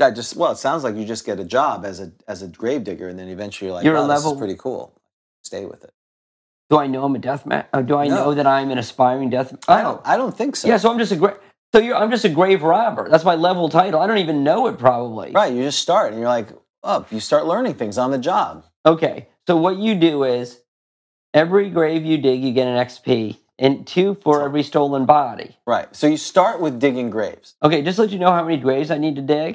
that just well it sounds like you just get a job as a as a gravedigger and then eventually you're like
You're a
wow, this
level-
is pretty cool stay with it
Do I know I'm a death ma- or Do I
No.
know that I'm an aspiring death? Oh,
i don't i don't think so
yeah. So I'm just a gra- so you're, I'm just a grave robber. That's my level title. I don't even know it probably.
right you just start and you're like up you start learning things on the job
Okay. So what you do is every grave you dig, you get an XP and two for every stolen body.
Right. So you start with digging graves.
Okay. Just to let you know how many graves I need to dig.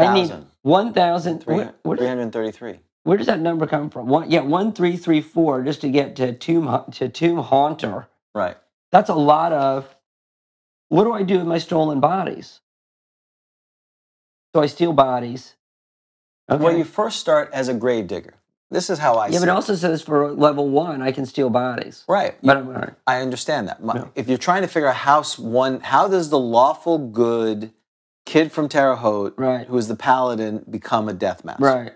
I need
Thousand.
1,000.
Three-
Where, where does-
333.
where does that number come from? One, yeah, 1334 just to get to tomb, Ha- to tomb haunter.
Right.
That's a lot of. What do I do with my stolen bodies? So I steal bodies. Okay.
Well, you first start as a grave digger. This is how I
yeah,
see
but it
it.
also says for level one, I can steal bodies.
Right.
But I'm all right.
I understand that. My-
Yeah.
If you're trying to figure out how s- one how does the lawful good kid from Terre Haute
Right.
who is the paladin become a death master?
Right.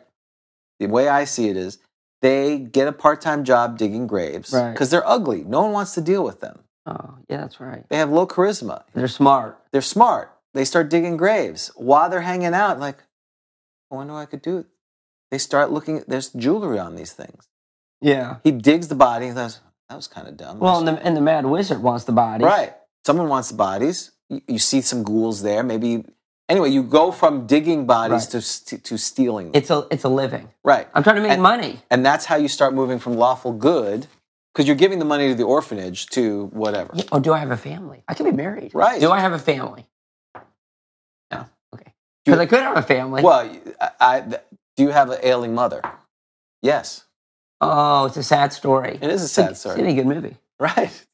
The way I see it is they get a part-time job digging graves
Right.
because they're ugly. No one wants to deal with them.
Oh, yeah, that's right.
They have low charisma.
They're smart.
They're smart. They start digging graves while they're hanging out. Like, I wonder what I could do. They start looking. There's jewelry on these things.
Yeah.
He digs the body. And goes, that was kind of dumb.
Well, and the, and the Mad Wizard wants the bodies.
right. Someone wants the bodies. You, you see some ghouls there. Maybe. Anyway, you go from digging bodies
Right.
to st- to stealing them.
It's a it's a living.
right.
I'm trying to make
And-
money.
And that's how you start moving from lawful good, because you're giving the money to the orphanage to whatever.
Yeah. Oh, do I have a family? I could be married.
Right.
Do I have a family? No. Okay. Because I could have a family.
Well, you- I, I, do you have an ailing mother? Yes.
Oh, it's a sad story.
It is a sad
It's
story.
a good movie.
Right.
[laughs]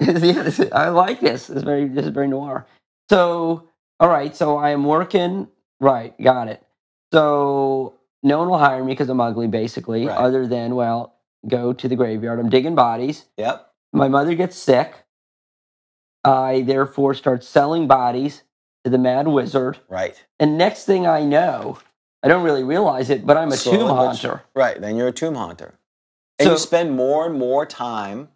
Yeah, this is- I like this. It's very this is very noir. So, all right. So I am working. Right. Got it. So no one will hire me because I'm ugly, basically.
Right.
Other than well, go to the graveyard. I'm digging bodies.
Yep.
My mother gets sick. I therefore start selling bodies to the mad wizard.
Right.
And next thing I know, I don't really realize it, but I'm a
Slowly
tomb
but-
haunter.
Right, then you're a tomb haunter. And you
So-
spend more and more time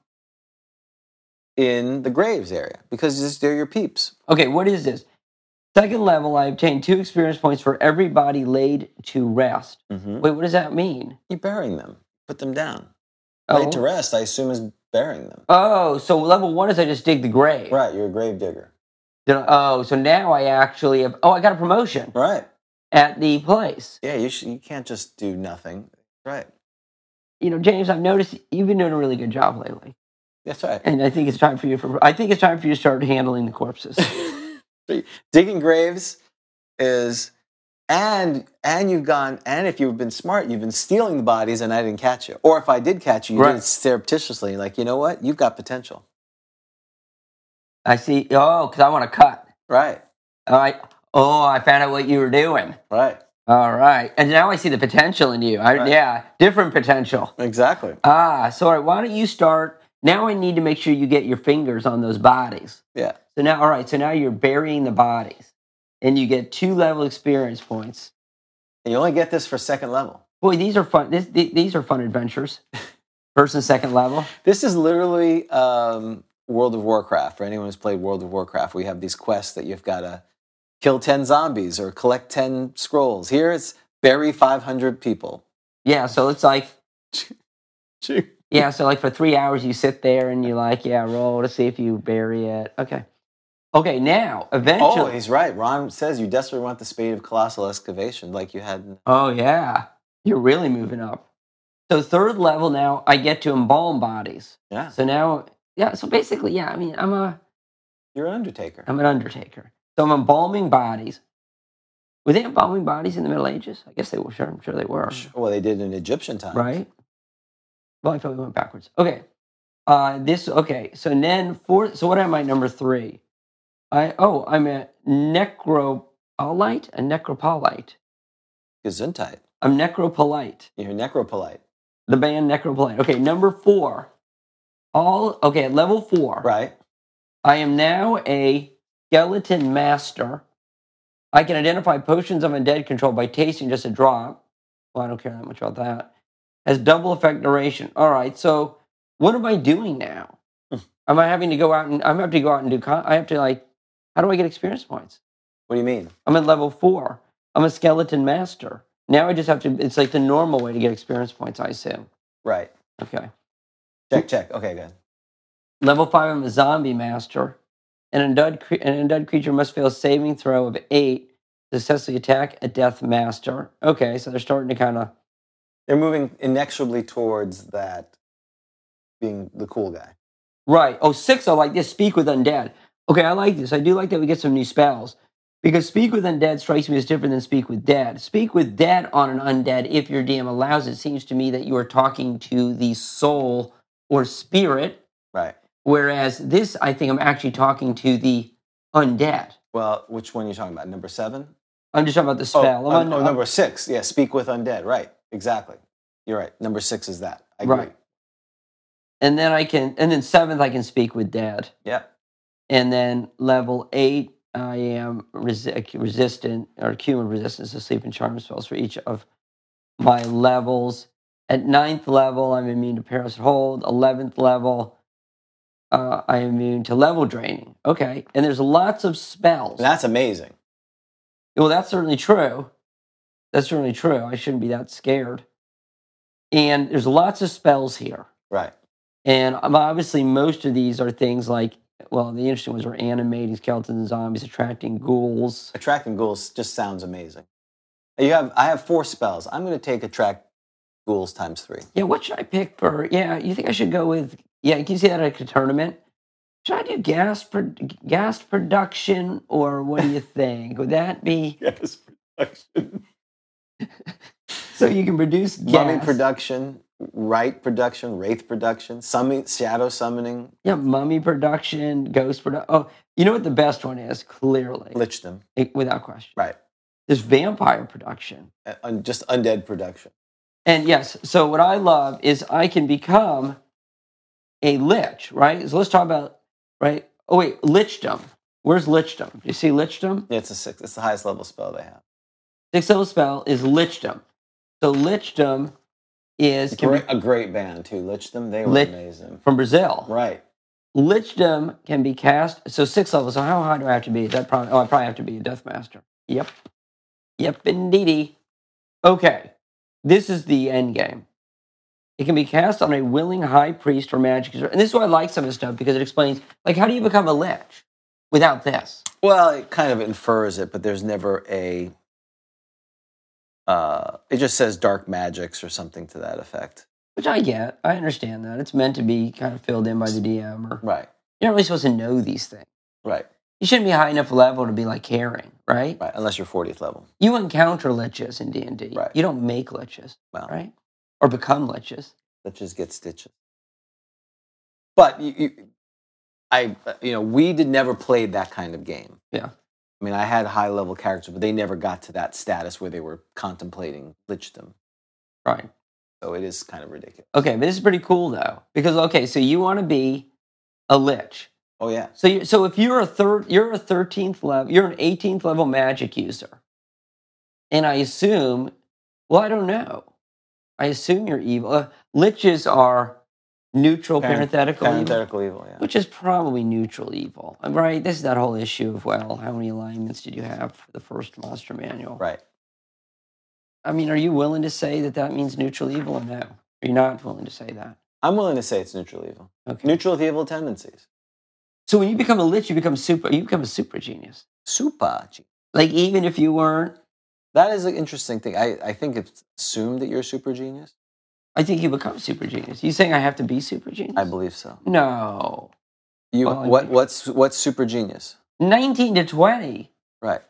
in the graves area because it's- they're your peeps.
Okay, what is this? Second level, I obtain two experience points for every body laid to rest.
Mm-hmm.
Wait, what does that mean?
You're burying them, put them down.
Oh,
Laid to rest, I assume, is burying them.
oh, so level one is I just dig the grave.
Right, you're a grave digger.
Then I- oh, so now I actually have. Oh, I got a promotion
Right.
at the place.
Yeah, you, sh- you can't just do nothing. Right.
You know, James, I've noticed you've been doing a really good job lately,
That's
[laughs]
right.
and I think it's time for you. For I think it's time for you to start handling the corpses.
[laughs] digging graves is and and you've gone and if you've been smart you've been stealing the bodies and i didn't catch you or if i did catch you you did
Right.
it surreptitiously like you know what you've got potential
I see. Oh, because I want to cut.
right
All right. Oh, I found out what you were doing.
right
All right, and now I see the potential in you. I,
Right.
Yeah, different potential.
exactly
Ah, sorry. Why don't you start? Now I need to make sure you get your fingers on those bodies.
yeah
So now, all right. So now you're burying the bodies, and you get two level experience points.
and you only get this for second level
Boy, these are fun. This, th- these are fun adventures. First and second level.
this is literally um, world of warcraft for anyone who's played world of warcraft we have these quests that you've got to kill 10 zombies or collect 10 scrolls here it's bury 500 people
Yeah, so it's [laughs] like yeah, so like for three hours you sit there and you like yeah roll to see if you bury it. Okay, okay. Now
Oh,
eventually.
he's right. Ron says you desperately want the spade of colossal excavation, like you had. In-
Oh yeah, you're really moving up. So third level now I get to embalm bodies.
yeah,
So now yeah, so basically yeah, I mean I'm a
you're an undertaker.
I'm an undertaker. So I'm embalming bodies. Were they embalming bodies in the Middle Ages? I guess they were. Sure, I'm sure they were.
Well, they did in Egyptian times,
right? Well, I thought we went backwards. Okay. Uh, this okay. So then four. So what am I number three? I oh I'm a necropolite, a necropolite.
Gesundheit.
I'm necropolite.
You're necropolite.
The band necropolite. Okay, number four. All okay. at Level four.
Right.
I am now a skeleton master. I can identify potions of undead control by tasting just a drop. Well, I don't care that much about that. Has double effect duration. All right, so what am I doing now? am I having to go out and I'm have to go out and do? Con- I have to like, how do I get experience points?
What do you mean?
I'm at level four. I'm a skeleton master. Now I just have to. It's like the normal way to get experience points. I assume.
Right.
Okay.
Check, check. Okay, good.
Level five, I'm a zombie master. An undead, cre- an undead creature must fail a saving throw of eight to successfully attack a death master. Okay, so they're starting to kind of.
They're moving inexorably towards that being the cool guy.
Right. Oh, six, I like this. Speak with undead. Okay, I like this. I do like that we get some new spells. Because speak with undead strikes me as different than speak with dead. Speak with dead on an undead, if your DM allows it, seems to me that you are talking to the soul or spirit.
Right.
Whereas this, I think I'm actually talking to the undead.
Well, which one are you talking about? Number seven?
I'm just talking about the
Oh,
spell. I'm
un-
on-
oh, number six. Yeah, speak with undead. Right. Exactly. You're right. Number six is that. I agree.
Right. and then I can, and then seventh, I can speak with dad.
Yeah.
And then level eight, I am resi- uh, resistant or cumulative resistance to sleep and charm spells for each of my levels. At ninth level, I'm immune to parasite hold. Eleventh level, uh, I'm immune to level draining. Okay, and there's lots of spells.
That's amazing.
Well, that's certainly true. That's certainly true. I shouldn't be that scared. And there's lots of spells here.
Right.
And um, obviously, most of these are things like, well, the interesting ones are animating skeletons and zombies, attracting ghouls.
attracting ghouls just sounds amazing. You have I have four spells. I'm going to take attract ghouls times three.
Yeah, what should I pick for? Yeah, you think I should go with? Yeah, can you see that at a tournament? Should I do gas pro, gas production or what do you think? Would that be
[laughs] Yes, production.
so you can produce gas?
Mummy production, right production, wraith production, summon, shadow summoning,
yeah, mummy production, ghost production. Oh, you know what the best one is? Clearly,
lich them.
it- without question.
Right.
There's vampire production.
Uh, un- just undead production.
And yes, so what I love is I can become a lich, right? So let's talk about, right? Oh, wait, lichdom. Where's lichdom? Do you see lichdom?
Yeah, it's a six. It's the highest level spell they have.
Sixth level spell is Lichdom. So Lichdom is can be-
Great, a great band too. Lichdom, they were
Lich-
amazing.
from Brazil.
Right.
Lichdom can be cast. So six levels. So how high do I have to be? Is That probably. Oh, I probably have to be a Death Master. Yep. Yep, indeedy. Okay. This is the end game. It can be cast on a willing high priest or magic user. And this is why I like some of this stuff because it explains, like, how do you become a lich without this?
Well, it kind of infers it, but there's never a. Uh, it just says dark magics or something to that effect.
Which I get. I understand that. It's meant to be kind of filled in by the DM. Or,
Right.
you're not really supposed to know these things.
Right.
You shouldn't be high enough level to be like caring, right?
Right. Unless you're 40th level.
You encounter liches in D and D.
Right.
You don't make liches.
Well,
right? Or become liches.
that just get stitches. But you, you, I, uh, you know, we did never played that kind of game.
Yeah.
I mean, I had high level characters, but they never got to that status where they were contemplating lichdom.
Right.
So it is kind of ridiculous.
Okay, but this is pretty cool though, because okay, so you want to be a lich.
Oh yeah,
So you, so if you're a third, you're a thirteenth level, you're an eighteenth level magic user, and I assume, well, I don't know. I assume you're evil. Uh, liches are neutral
Parent-
parenthetical, evil,
parenthetical evil. Yeah.
which is probably neutral evil, right? This is that whole issue of well, how many alignments did you have for the first monster manual?
Right.
I mean, are you willing to say that that means neutral evil or no? Are you not willing to say that?
I'm willing to say it's neutral evil.
Okay.
Neutral with evil tendencies.
so when you become a lich, you become super. You become a super genius.
Super. gee.
Like even if you weren't,
That is an interesting thing. I, I think it's assumed that you're a super genius.
I think you become super genius. You saying I have to be super genius?
I believe so.
No,
You
Well, I
what
think-
what's what's super genius?
nineteen to twenty
Right.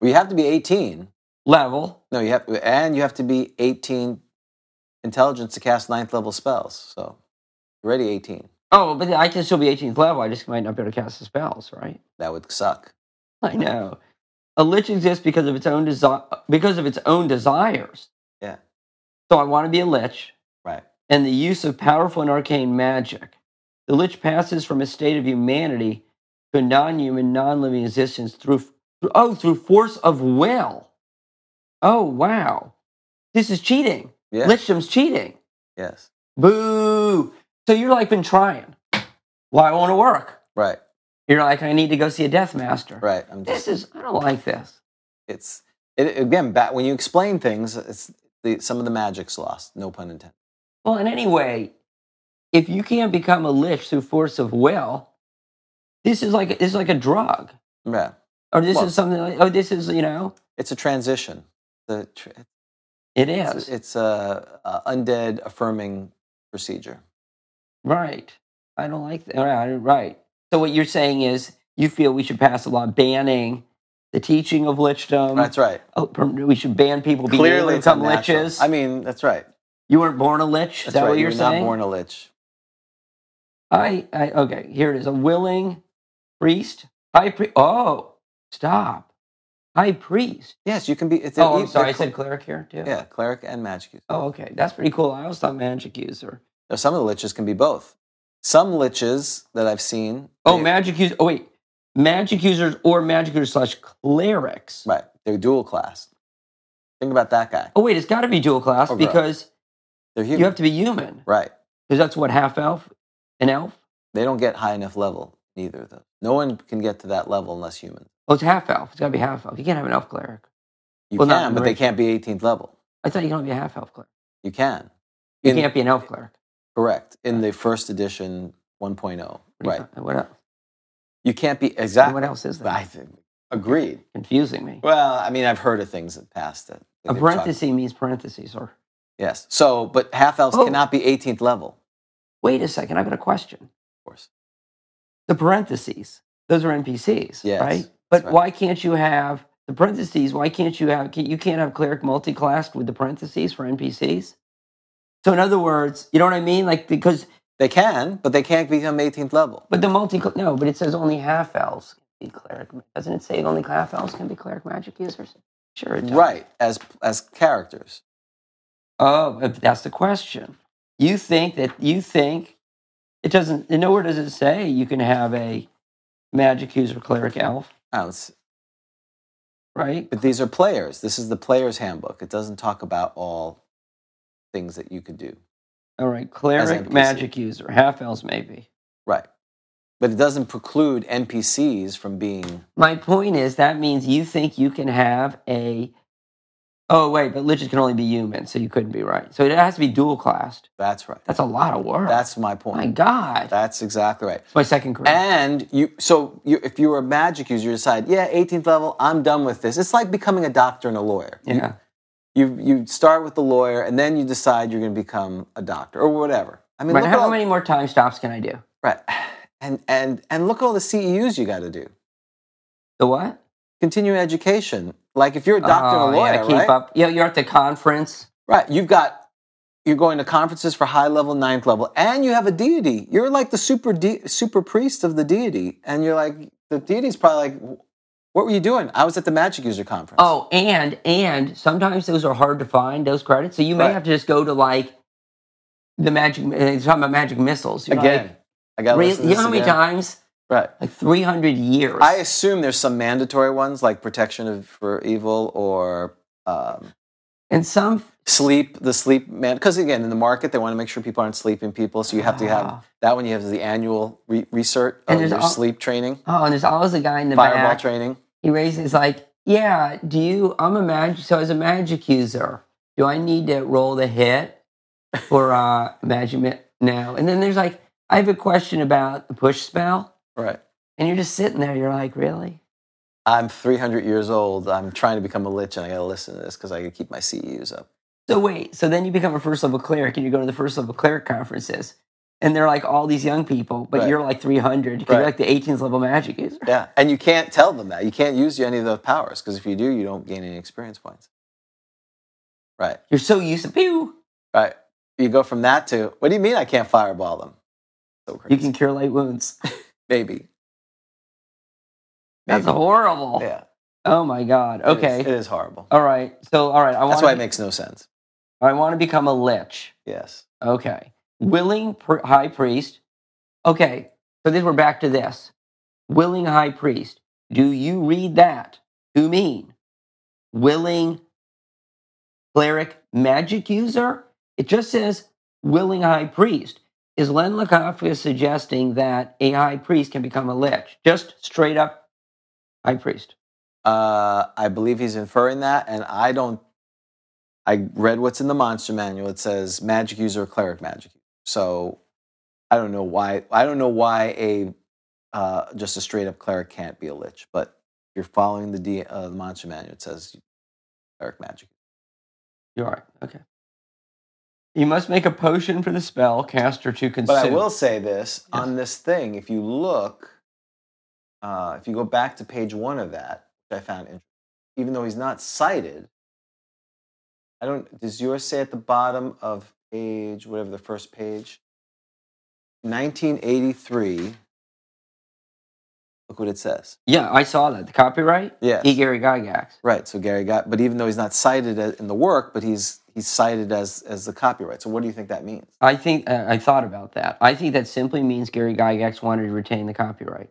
Well, you have to be 18.
level.
No, you have, and you have to be 18 intelligence to cast ninth level spells. So, you're already 18.
Oh, but I can still be eighteenth level. I just might not be able to cast the spells, right?
That would suck.
I know. A lich exists because of its own desire, because of its own desires.
Yeah.
So I want to be a lich.
Right.
and the use of powerful and arcane magic. The Lich passes from a state of humanity to a non-human, non-living existence through oh through force of will. Oh wow, this is cheating.
Yeah.
Lichdom's cheating.
Yes.
Boo! So you're like been trying. Why won't it work?
Right.
You're like I need to go see a death master.
Right. I'm
This
just,
is I don't like this.
it's, it, again, back, when you explain things, it's the, some of the magic's lost. No pun intended.
Well, in any way, if you can't become a lich through force of will, this is like this is like a drug.
Yeah.
or this
Well-
is something like, oh, this is, you know,
It's a transition. The, tr-
it
it's,
is.
it's a, a undead affirming procedure.
right. I don't like that. Right, right. So what you're saying is you feel we should pass a law banning the teaching of lichdom.
That's right.
Oh, per- we should ban people being able to
it's
become
unnatural.
liches.
I mean, that's right.
you weren't born a lich. Is
That's
that
right.
what
you
you're
were
saying?
not born a lich.
I, I, okay, here it is. A willing priest. High priest. Oh, stop. High priest.
Yes, you can be. It's
oh,
it-
I'm sorry. I
it-
said cleric here, too.
e, Yeah, cleric and magic user.
Oh, okay. That's pretty cool. I was thought magic user.
Now, some of the liches can be both. Some liches that I've seen.
Oh,
they-
magic users. Oh, wait. Magic users or magic users slash clerics.
Right. They're dual class. Think about that guy.
Oh, wait. It's got to be dual class
Or girl.
because
They're human.
you have to be human. Because
right.
that's what half elf, an elf.
They don't get high enough level, neither of them. No one can get to that level unless human.
Oh, it's half elf. It's got to be half elf. You can't have an elf cleric.
You
Well, not
can,
in
but they
range.
can't be 18th level.
I thought you can only be a half elf cleric.
You can.
You
In-
can't be an elf cleric.
Correct. In the first edition 1.0.
What do you
Right.
thought- What, else?
You can't be
what
exactly.
else is
I
that?
think. Agreed.
Confusing me.
Well, I mean, I've heard of things that passed it. They've
A
talked-
parenthesis means parentheses. Or
Yes. So, but half elves
Oh.
cannot be 18th level,
wait a second. I've got a question.
of course.
the parentheses. Those are NPCs,
Yes,
right?
that's
But
right.
why can't you have the parentheses? Why can't you have you can't have cleric multiclassed with the parentheses for NPCs? So in other words, you know what I mean? Like because
They can, but they can't become 18th level.
but the multi no, but it says only half elves can be cleric. Doesn't it say only half elves can be cleric magic users? Sure, it does.
Right, as as characters.
Oh, if that's the question. You think that you think it doesn't. Nowhere does it say you can have a magic user cleric elf.
I don't s-
right?
But these are players. This is the player's handbook. It doesn't talk about all things that you could do.
All right,
As
cleric,
NPC.
magic user, half elves maybe.
Right. But it doesn't preclude NPCs from being
My point is that means you think you can have a. Oh wait, but liches can only be human, so you couldn't be right. So it has to be dual classed.
that's right.
That's a lot of work.
That's my
my
point.
god.
That's exactly right.
That's my second grade.
And you so you if you were a magic user, you decide, yeah, 18th level, I'm done with this. It's like becoming a doctor and a lawyer. You-
yeah,
You you start with the lawyer and then you decide you're gonna become a doctor or whatever. I mean
but
look at
how
all,
many more time stops can I do?
right. And and and look at all the CEUs you gotta do.
The what?
Continuing education. Like if you're a doctor
oh,
and a lawyer,
yeah, to keep
right?
up. Yeah, you're at the conference.
Right. You've got you're going to conferences for high level, ninth level, and you have a deity. You're like the super de- super priest of the deity, and you're like the deity's probably like, "What were you doing? I was at the magic user conference."
Oh, and and sometimes those are hard to find those credits, so you may
Right.
have to just go to like the magic. It's talking about magic missiles You're
again, I got
Like,
to listen to
re- you
this
know how many
again.
times?
Right.
Like three hundred years.
I assume there's some mandatory ones like protection of, for evil or um,
and some
sleep. The sleep man, because again, in the market, they want to make sure people aren't sleeping people, so you have to
Ah.
have that one. You have the annual re- research
And
of
there's
your
al-
sleep training,
Oh, and there's always a guy in the
fireball
back.
training.
He raises like, yeah. Do you? I'm a magic. So as a magic user, do I need to roll the hit for uh [laughs] magic? mi- No. And then there's like, I have a question about the push spell,
Right.
and you're just sitting there. You're like, really?
I'm 300 years old. I'm trying to become a lich, and I gotta listen to this because I gotta keep my CEUs up.
So wait. So then you become a first level cleric, and you go to the first level cleric conferences, and they're like all these young people, but
Right.
you're like 300 because
Right.
you're like the 18th level magic user.
Yeah, and you can't tell them that. You can't use any of the powers because if you do, you don't gain any experience points. Right,
You're so used to pew.
right. You go from that to what do you mean I can't fireball them? So crazy.
You can cure light wounds. [laughs]
maybe.
That's horrible.
Yeah.
Oh my god.
it is-
Okay.
it is, horrible.
All right. So, all right. I
That's
want.
why
to
it makes no sense.
I want to become a lich.
Yes.
Okay. Willing pr- high priest. Okay. So this we're back to this. Willing high priest. Do you read that to mean willing cleric magic user? It just says willing high priest. Is Len Lakafia suggesting that a high priest can become a lich? Just straight up high priest.
Uh, I believe he's inferring that, and I don't. I read what's in the monster manual. It says magic user, or cleric magic. user. So I don't know why. I don't know why a uh, just a straight up cleric can't be a lich. But if you're following the D, uh, the monster manual, it says cleric magic.
You're all right. Okay. You must make a potion for the spell caster to consume.
But I will say this
Yes.
on this thing. If you look, uh, if you go back to page one of that, which I found interesting, even though he's not cited, I don't. Does yours say at the bottom of page whatever the first page? 1983. Look what it says.
Yeah, I saw that. The copyright?
Yeah.
E. Gary Gygax.
Right. So Gary got, but even though he's not cited a- in the work, but he's he's cited as as the copyright. So what do you think that means?
I think uh, I thought about that. I think that simply means Gary Gygax wanted to retain the copyright.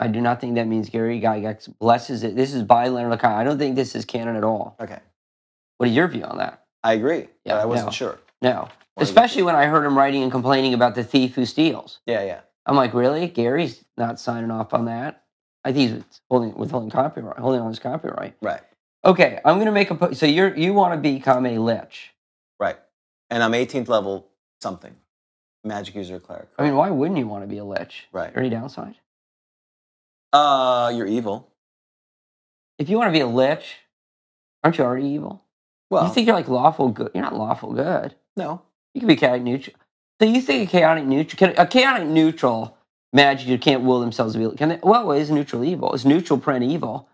I do not think that means Gary Gygax blesses it. This is by Leonard Lacan. I don't think this is canon at all.
Okay,
What is your view on that?
I agree.
Yeah,
but I wasn't
no.
sure.
No.
Why is it-
Especially when I heard him writing and complaining about the thief who steals.
Yeah, yeah.
I'm like, really? Gary's not signing off on that. I think he's holding, withholding copyright, holding on his copyright.
Right.
Okay, I'm gonna make a. Po- so you're you want to become a lich?
Right. And I'm 18th level something. Magic user cleric.
I mean, why wouldn't you want to be a lich?
Right.
Any downside?
Uh, you're evil.
If you want to be a lich, aren't you already evil?
Well,
you think you're like lawful good? You're not lawful good.
no.
You can be chaotic neutral. So you think a chaotic neutral, a chaotic neutral magic you can't will themselves to be? Can they, well, is neutral evil? Is neutral print evil?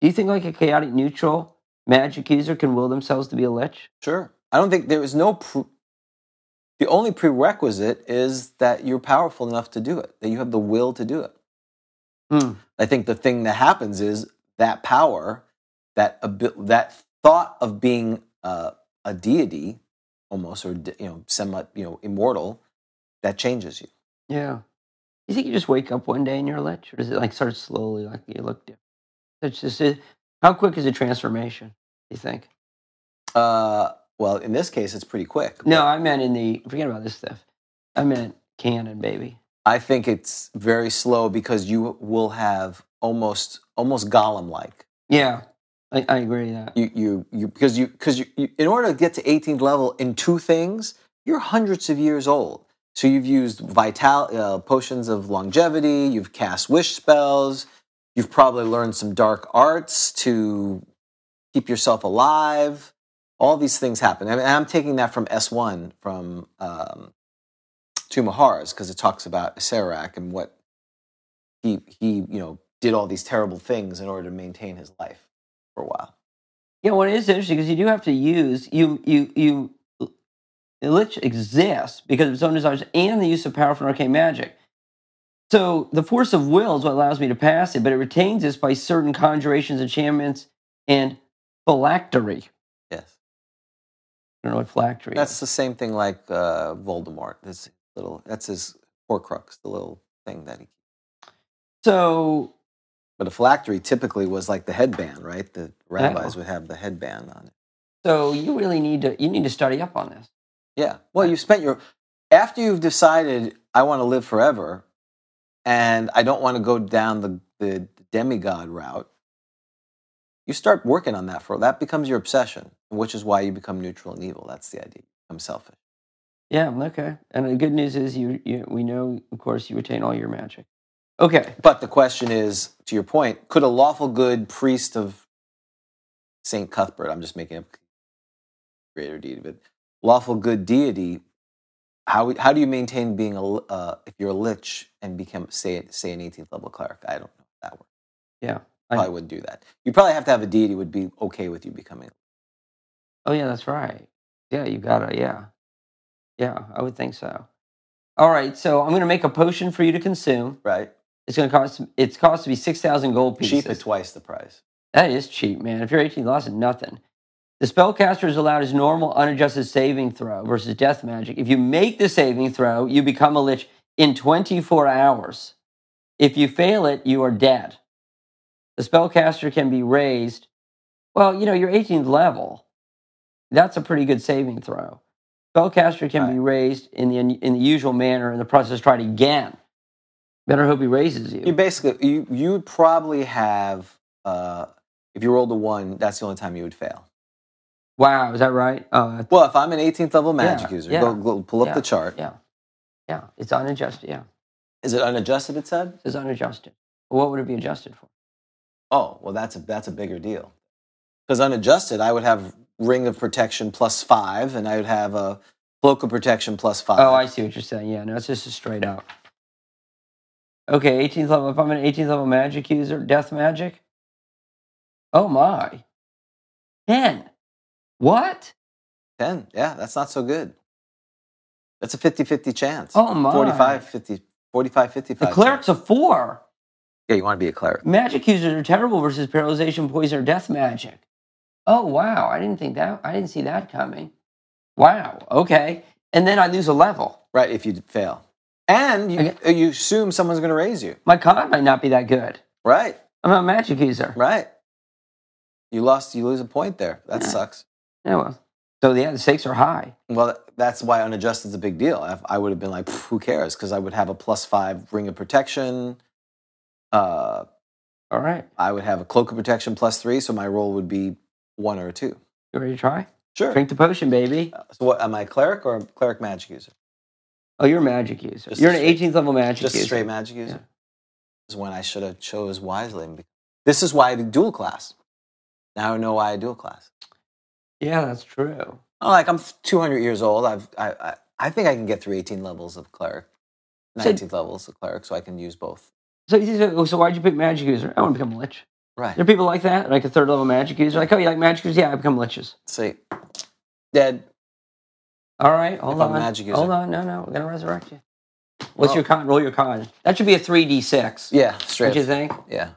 Do you think like a chaotic neutral magic user can will themselves to be a lich?
Sure. I don't think there is no. Pre- the only prerequisite is that you're powerful enough to do it, that you have the will to do it.
Hmm.
I think the thing that happens is that power, that abil- that thought of being uh, a deity, almost or you know, semi, you know, immortal, that changes you.
Yeah. You think you just wake up one day and you're a lich, or does it like start slowly, like you look different? It's just it, How quick is a transformation? You think?
Uh, well, in this case, it's pretty quick.
No, I meant in the forget about this stuff. I meant canon, baby.
I think it's very slow because you will have almost almost golem like.
Yeah, I, I agree with that.
You you you because you because you, you in order to get to 18th level in two things, you're hundreds of years old. So you've used vital uh, potions of longevity. You've cast wish spells. You've probably learned some dark arts to keep yourself alive. All these things happen. I mean, I'm taking that from S1 from um, Tomb of Horrors because it talks about Serac and what he he you know did all these terrible things in order to maintain his life for a while.
Yeah, well, it is interesting because you do have to use you you you it lich exists because of its own desires and the use of powerful and arcane magic. So the force of will is what allows me to pass it, but it retains this by certain conjurations, enchantments, and phylactery.
Yes,
I don't know what phylactery
that's
is.
the same thing like uh, Voldemort. This little that's his Horcrux, the little thing that he.
So
But a phylactery typically was like the headband, right? The rabbis would have the headband on it.
so you really need to you need to study up on this.
Yeah. Well, you've spent your after you've decided I want to live forever, and I don't want to go down the the demigod route. You start working on that for that becomes your obsession, which is why you become neutral and evil. That's the idea. You become selfish.
Yeah, okay. And the good news is you, you we know of course you retain all your magic. Okay.
But the question is, to your point, could a lawful good priest of Saint Cuthbert, I'm just making up greater deed of it, lawful good deity, how how do you maintain being a l- uh, if you're a lich and become say say an 18th level cleric? I don't know if that works.
Yeah. I-
Probably wouldn't do that. You probably have to have a deity would be okay with you becoming.
Oh yeah, that's right. Yeah, you gotta yeah. Yeah, I would think so. All right, so I'm gonna make a potion for you to consume.
Right.
It's gonna cost it's cost to be six thousand gold pieces.
Cheap at twice the price.
That is cheap, man. If you're 18, lost at nothing. The spellcaster is allowed his normal unadjusted saving throw versus death magic. If you make the saving throw, you become a lich in 24 hours. If you fail it, you are dead. The spellcaster can be raised. Well, you know, your 18th level. That's a pretty good saving throw. Spellcaster can be raised in the in the usual manner, and the process is tried again. Better hope he raises you.
You basically you you would probably have uh, if you rolled a one, that's the only time you would fail.
Wow, is that right? Uh,
Well, if I'm an 18th level magic
Yeah,
user,
yeah,
go, go pull up
yeah,
the chart.
Yeah. Yeah. It's unadjusted. Yeah.
Is it unadjusted? It said.
It's unadjusted. What would it be adjusted for?
Oh, well, that's a that's a bigger deal. Because unadjusted, I would have ring of protection plus five, and I would have a cloak of protection plus five.
Oh, I see what you're saying. Yeah. No, it's just a straight out. Okay. 18th level. If I'm an 18th level magic user, death magic. Oh, my. 10. What?
ten. Yeah, that's not so good. That's a 50-50 chance.
Oh, my.
45, 50, 45, 55.
The cleric's a four.
Yeah, you want to be a cleric.
Magic users are terrible versus paralyzation, poison, or death magic. Oh wow, I didn't think that. I didn't see that coming. Wow. Okay. And then I lose a level.
Right, if you fail. And you, uh, you assume someone's going to raise you.
My con might not be that good.
Right,
I'm a magic user.
right. You lost, you lose a point there. That
Yeah.
sucks.
Yeah, well, so yeah, the stakes are high.
Well, that's why unadjusted's a big deal. I, I would have been like, "Pff, who cares? Because I would have a plus five ring of protection. Uh,
All right,
I would have a cloak of protection plus three, so my roll would be one or a two.
you ready to try?
Sure.
Drink the potion, baby.
So, what am I, a cleric or a cleric magic user?
Oh, you're a magic user.
Just
you're
a
an
straight-
18th level magic
Just a
user.
straight magic user. Is when I should have chose wisely. and be- This is why I dual class. Now I know why I dual class.
Yeah, that's true.
I'm like I'm 200 years old. I've I, I I think I can get through 18 levels of cleric,
So-
19 levels of cleric, so I can use both.
So, you say, "Oh, so why'd you pick magic user? I want to become a lich.
Right.
There are people like that, like a third level magic user. Like, oh, you like magic users? Yeah, I become liches.
See, dead.
All right, hold
If I'm
on.
a magic user.
Hold on, no, no, we're gonna resurrect you. What's
Oh.
your con? Roll your con. That should be a 3d6.
Yeah,
Don't
straight.
you think?
yeah.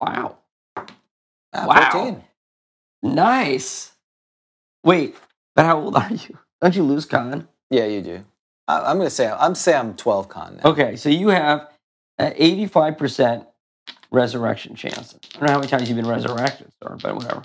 Wow.
Ah,
Wow.
14.
Nice. Wait, but how old are you? Don't you lose con?
Yeah, you do. I, I'm gonna say I'm say I'm 12 con now.
Okay, so you have uh, 85% resurrection chance. I don't know how many times you've been resurrected, sir, but whatever.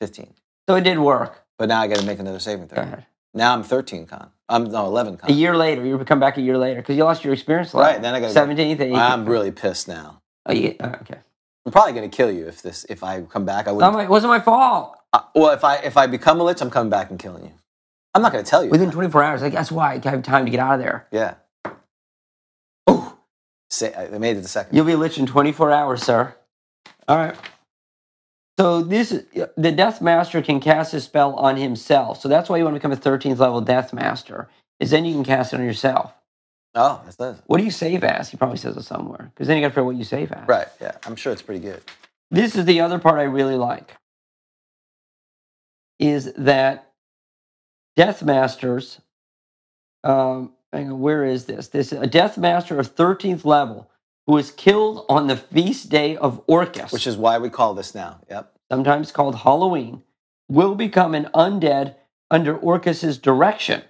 15.
So it did work.
But now I got to make another saving
Go
throw.
ahead.
Now I'm 13 con. I'm no 11 con.
A year later, you come back a year later because you lost your experience. level.
Right, then I gotta go.
17th, 18th.
I'm really pissed now.
oh, yeah. oh, okay.
I'm probably going to kill you if this if I come back. I
Not
wouldn't.
my, it wasn't my fault.
Uh, well, if I if I become a lich, I'm coming back and killing you. I'm not going to tell you.
Within 24 hours, like, that's why I have time to get out of there.
yeah. Oh, say I I made it the second.
You'll be lich in 24 hours, sir. All right. So this is- the Death Master can cast a spell on himself. So that's why you want to become a 13th level Death Master, is then you can cast it on yourself.
Oh, that's nice.
What do you save as? He probably says it somewhere. Because then you got to figure out what you save as.
Right. Yeah. I'm sure it's pretty good.
This is the other part I really like. Is that Death Masters? Um, hang on, where is this? This a Death Master of 13th level who is killed on the feast day of Orcus,
Which is why we call this now. Yep.
sometimes called Halloween, will become an undead under Orcus's direction.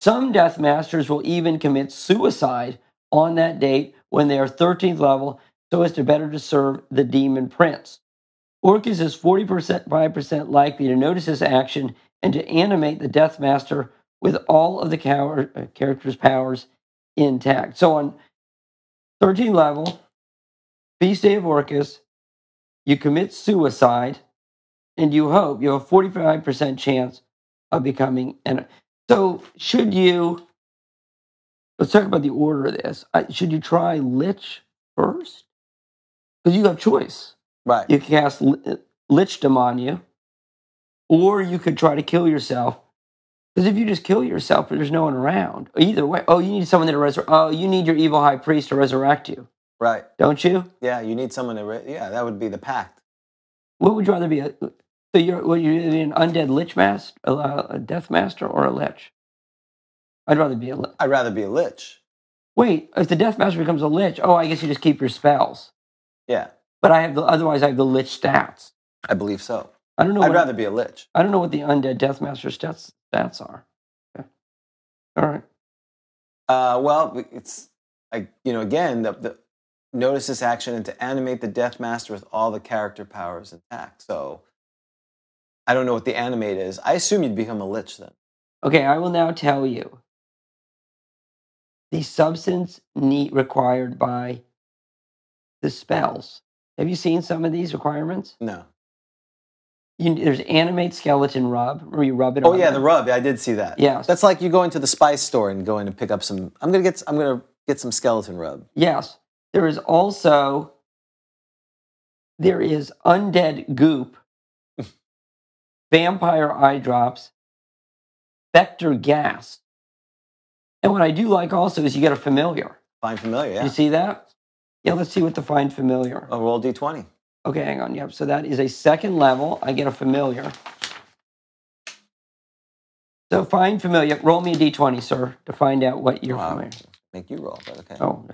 Some Death Masters will even commit suicide on that date when they are 13th level so as to better to serve the Demon Prince. Orcus is 40% 5% likely to notice this action and to animate the Death Master with all of the cow- uh, character's powers intact. So on 13th level, Feast Day of Orcus, you commit suicide, and you hope you have a 45% chance of becoming an. So, should you, let's talk about the order of this. Uh, Should you try Lich first? Because you have choice.
Right.
You can cast Li- Lichdom on you, or you could try to kill yourself. Because if you just kill yourself, there's no one around. Either way, oh, you need someone to resurrect. Oh, you need your evil high priest to resurrect you,
Right.
don't you?
Yeah. You need someone to. Re- yeah. That would be the pact.
What would you rather be? A, so you're would you rather be an undead lich master, a, a death master, or a lich? I'd rather be a lich.
I'd rather be a lich.
Wait, if the death master becomes a lich, oh, I guess you just keep your spells.
Yeah.
But I have the otherwise I have the lich stats.
I believe so.
I don't know.
I'd
what,
rather be a lich.
I don't know what the undead death master stats stats are. Okay. All right.
Uh, well, it's I, you know again the, the notice this action and to animate the Death Master with all the character powers intact. So I don't know what the animate is. I assume you'd become a lich then.
Okay, I will now tell you the substance need required by the spells. Have you seen some of these requirements?
No.
You, there's animate skeleton rub where you rub it.
Oh
on
yeah, the
there.
rub. I did see that.
Yes.
That's like you going to the spice store and going to pick up some. I'm gonna get. I'm gonna get some skeleton rub.
yes. There is also there is undead
[laughs]
goop, vampire eye drops, vector gas, and what I do like also is you get a familiar.
Find familiar. Yeah.
You see that? Yeah. Let's see what the find familiar.
Oh, roll d20.
Okay, hang on. Yep. So that is a second level. I get a familiar. So find familiar. Roll me a d20, sir, to find out what you're
Wow.
familiar.
Make you roll, but okay.
Oh.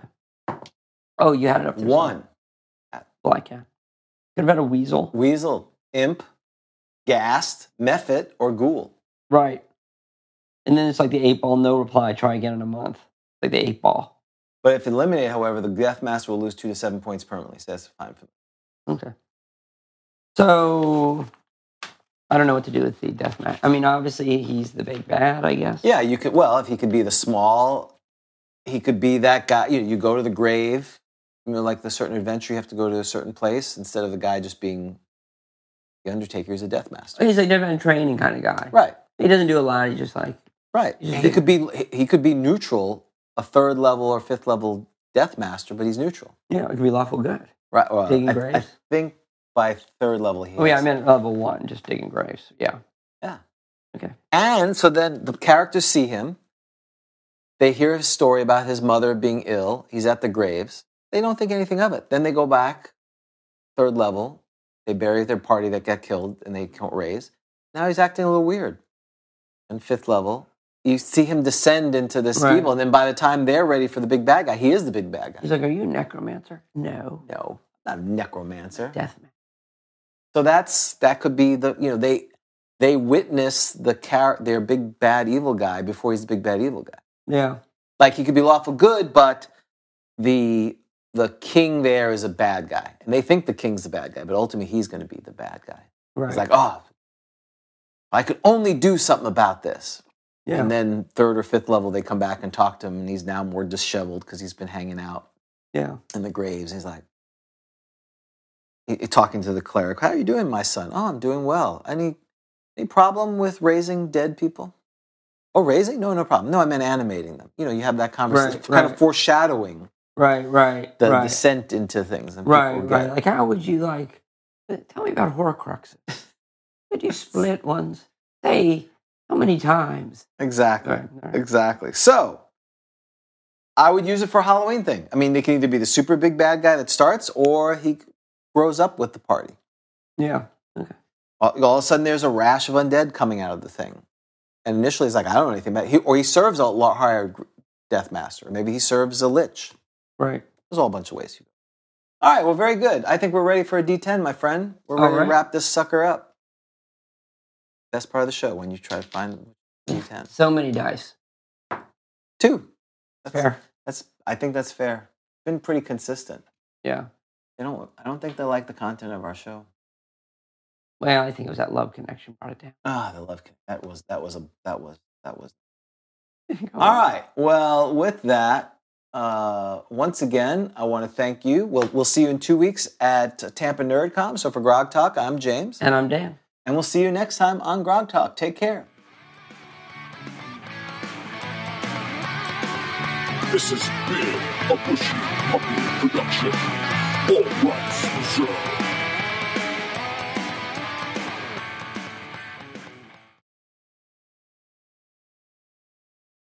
okay. Oh, you had it up there.
One
Well, I can. Could have had a weasel.
weasel, imp, ghast, mephit, or ghoul.
Right. And then it's like the eight ball, no reply, try again in a month. Like the eight ball.
But if eliminated, however, the Death Master will lose two to seven points permanently. So that's fine for me.
Okay. So I don't know what to do with the death match. I mean, obviously he's the big bad, I guess.
Yeah, you could. Well, if he could be the small, he could be that guy. You know, you go to the grave. You know, like the certain adventure, you have to go to a certain place instead of the guy just being the Undertaker. He's a Death Master.
He's like different training kind of guy.
Right,
He doesn't do a lot. He's just like
right.
Yeah.
He could be he could be neutral, a third level or fifth level Death Master, but he's neutral.
Yeah, it could be lawful good.
Right. Well,
Digging
I, I
graves.
think by third level he.
Oh yeah, I
is.
meant level one, just digging graves. Yeah.
And so then the characters see him. They hear his story about his mother being ill. He's at the graves. They don't think anything of it. Then they go back, third level. They bury their party that got killed and they can't raise. Now he's acting a little weird. And fifth level, you see him descend into this
Right.
evil. And then by the time they're ready for the big bad guy, he is the big bad guy.
He's like, Are you a necromancer? No.
No, not a necromancer.
Death man.
So that's that could be the you know they they witness the char- their big bad evil guy before he's the big bad evil guy.
Yeah.
Like he could be lawful good, but the the king there is a bad guy, and they think the king's the bad guy, but ultimately he's going to be the bad guy.
Right.
It's like, oh, I could only do something about this.
yeah.
And then third or fifth level, they come back and talk to him, and he's now more disheveled because he's been hanging out
yeah.
in the graves. He's like, he- he- talking to the cleric, "How are you doing, my son? Oh, I'm doing well. Any any problem with raising dead people? Oh, raising? No, no problem. No, I meant animating them. You know, you have that conversation,
Right,
kind of
right.
foreshadowing
Right. Right.
the
right.
descent into things. And people
right.
get
Right.
it.
Like, how would you like? uh, Tell me about Horcruxes. [laughs] Could you split ones? Say how many times?
Exactly.
Right. all right.
Exactly. So I would use it for Halloween thing. I mean, they can either be the super big bad guy that starts, or he grows up with the party.
Yeah.
all, all of a sudden there's a rash of undead coming out of the thing. And initially he's like, I don't know anything about it. He, or he serves a lot higher gr- death master. Maybe he serves a lich.
Right.
There's all a bunch of ways. you go. All right, well, very good. I think we're ready for a D10, my friend. We're ready
All right.
to wrap this sucker up. Best part of the show when you try to find D10.
So many dice.
Two. That's,
Fair.
That's. I think that's fair. Been pretty consistent.
Yeah.
You know, I don't think they like the content of our show.
Well, I think it was that love connection brought it down. [laughs]
Ah, the love. con- That was. That was a. That was. That was All right. Well, with that, uh, once again, I want to thank you. We'll, we'll see you in two weeks at Tampa NerdCom. So for Grog Talk, I'm James,
And I'm Dan.
and we'll see you next time on Grog Talk. Take care.
This has been a Bushy Puppy production. All rights reserved.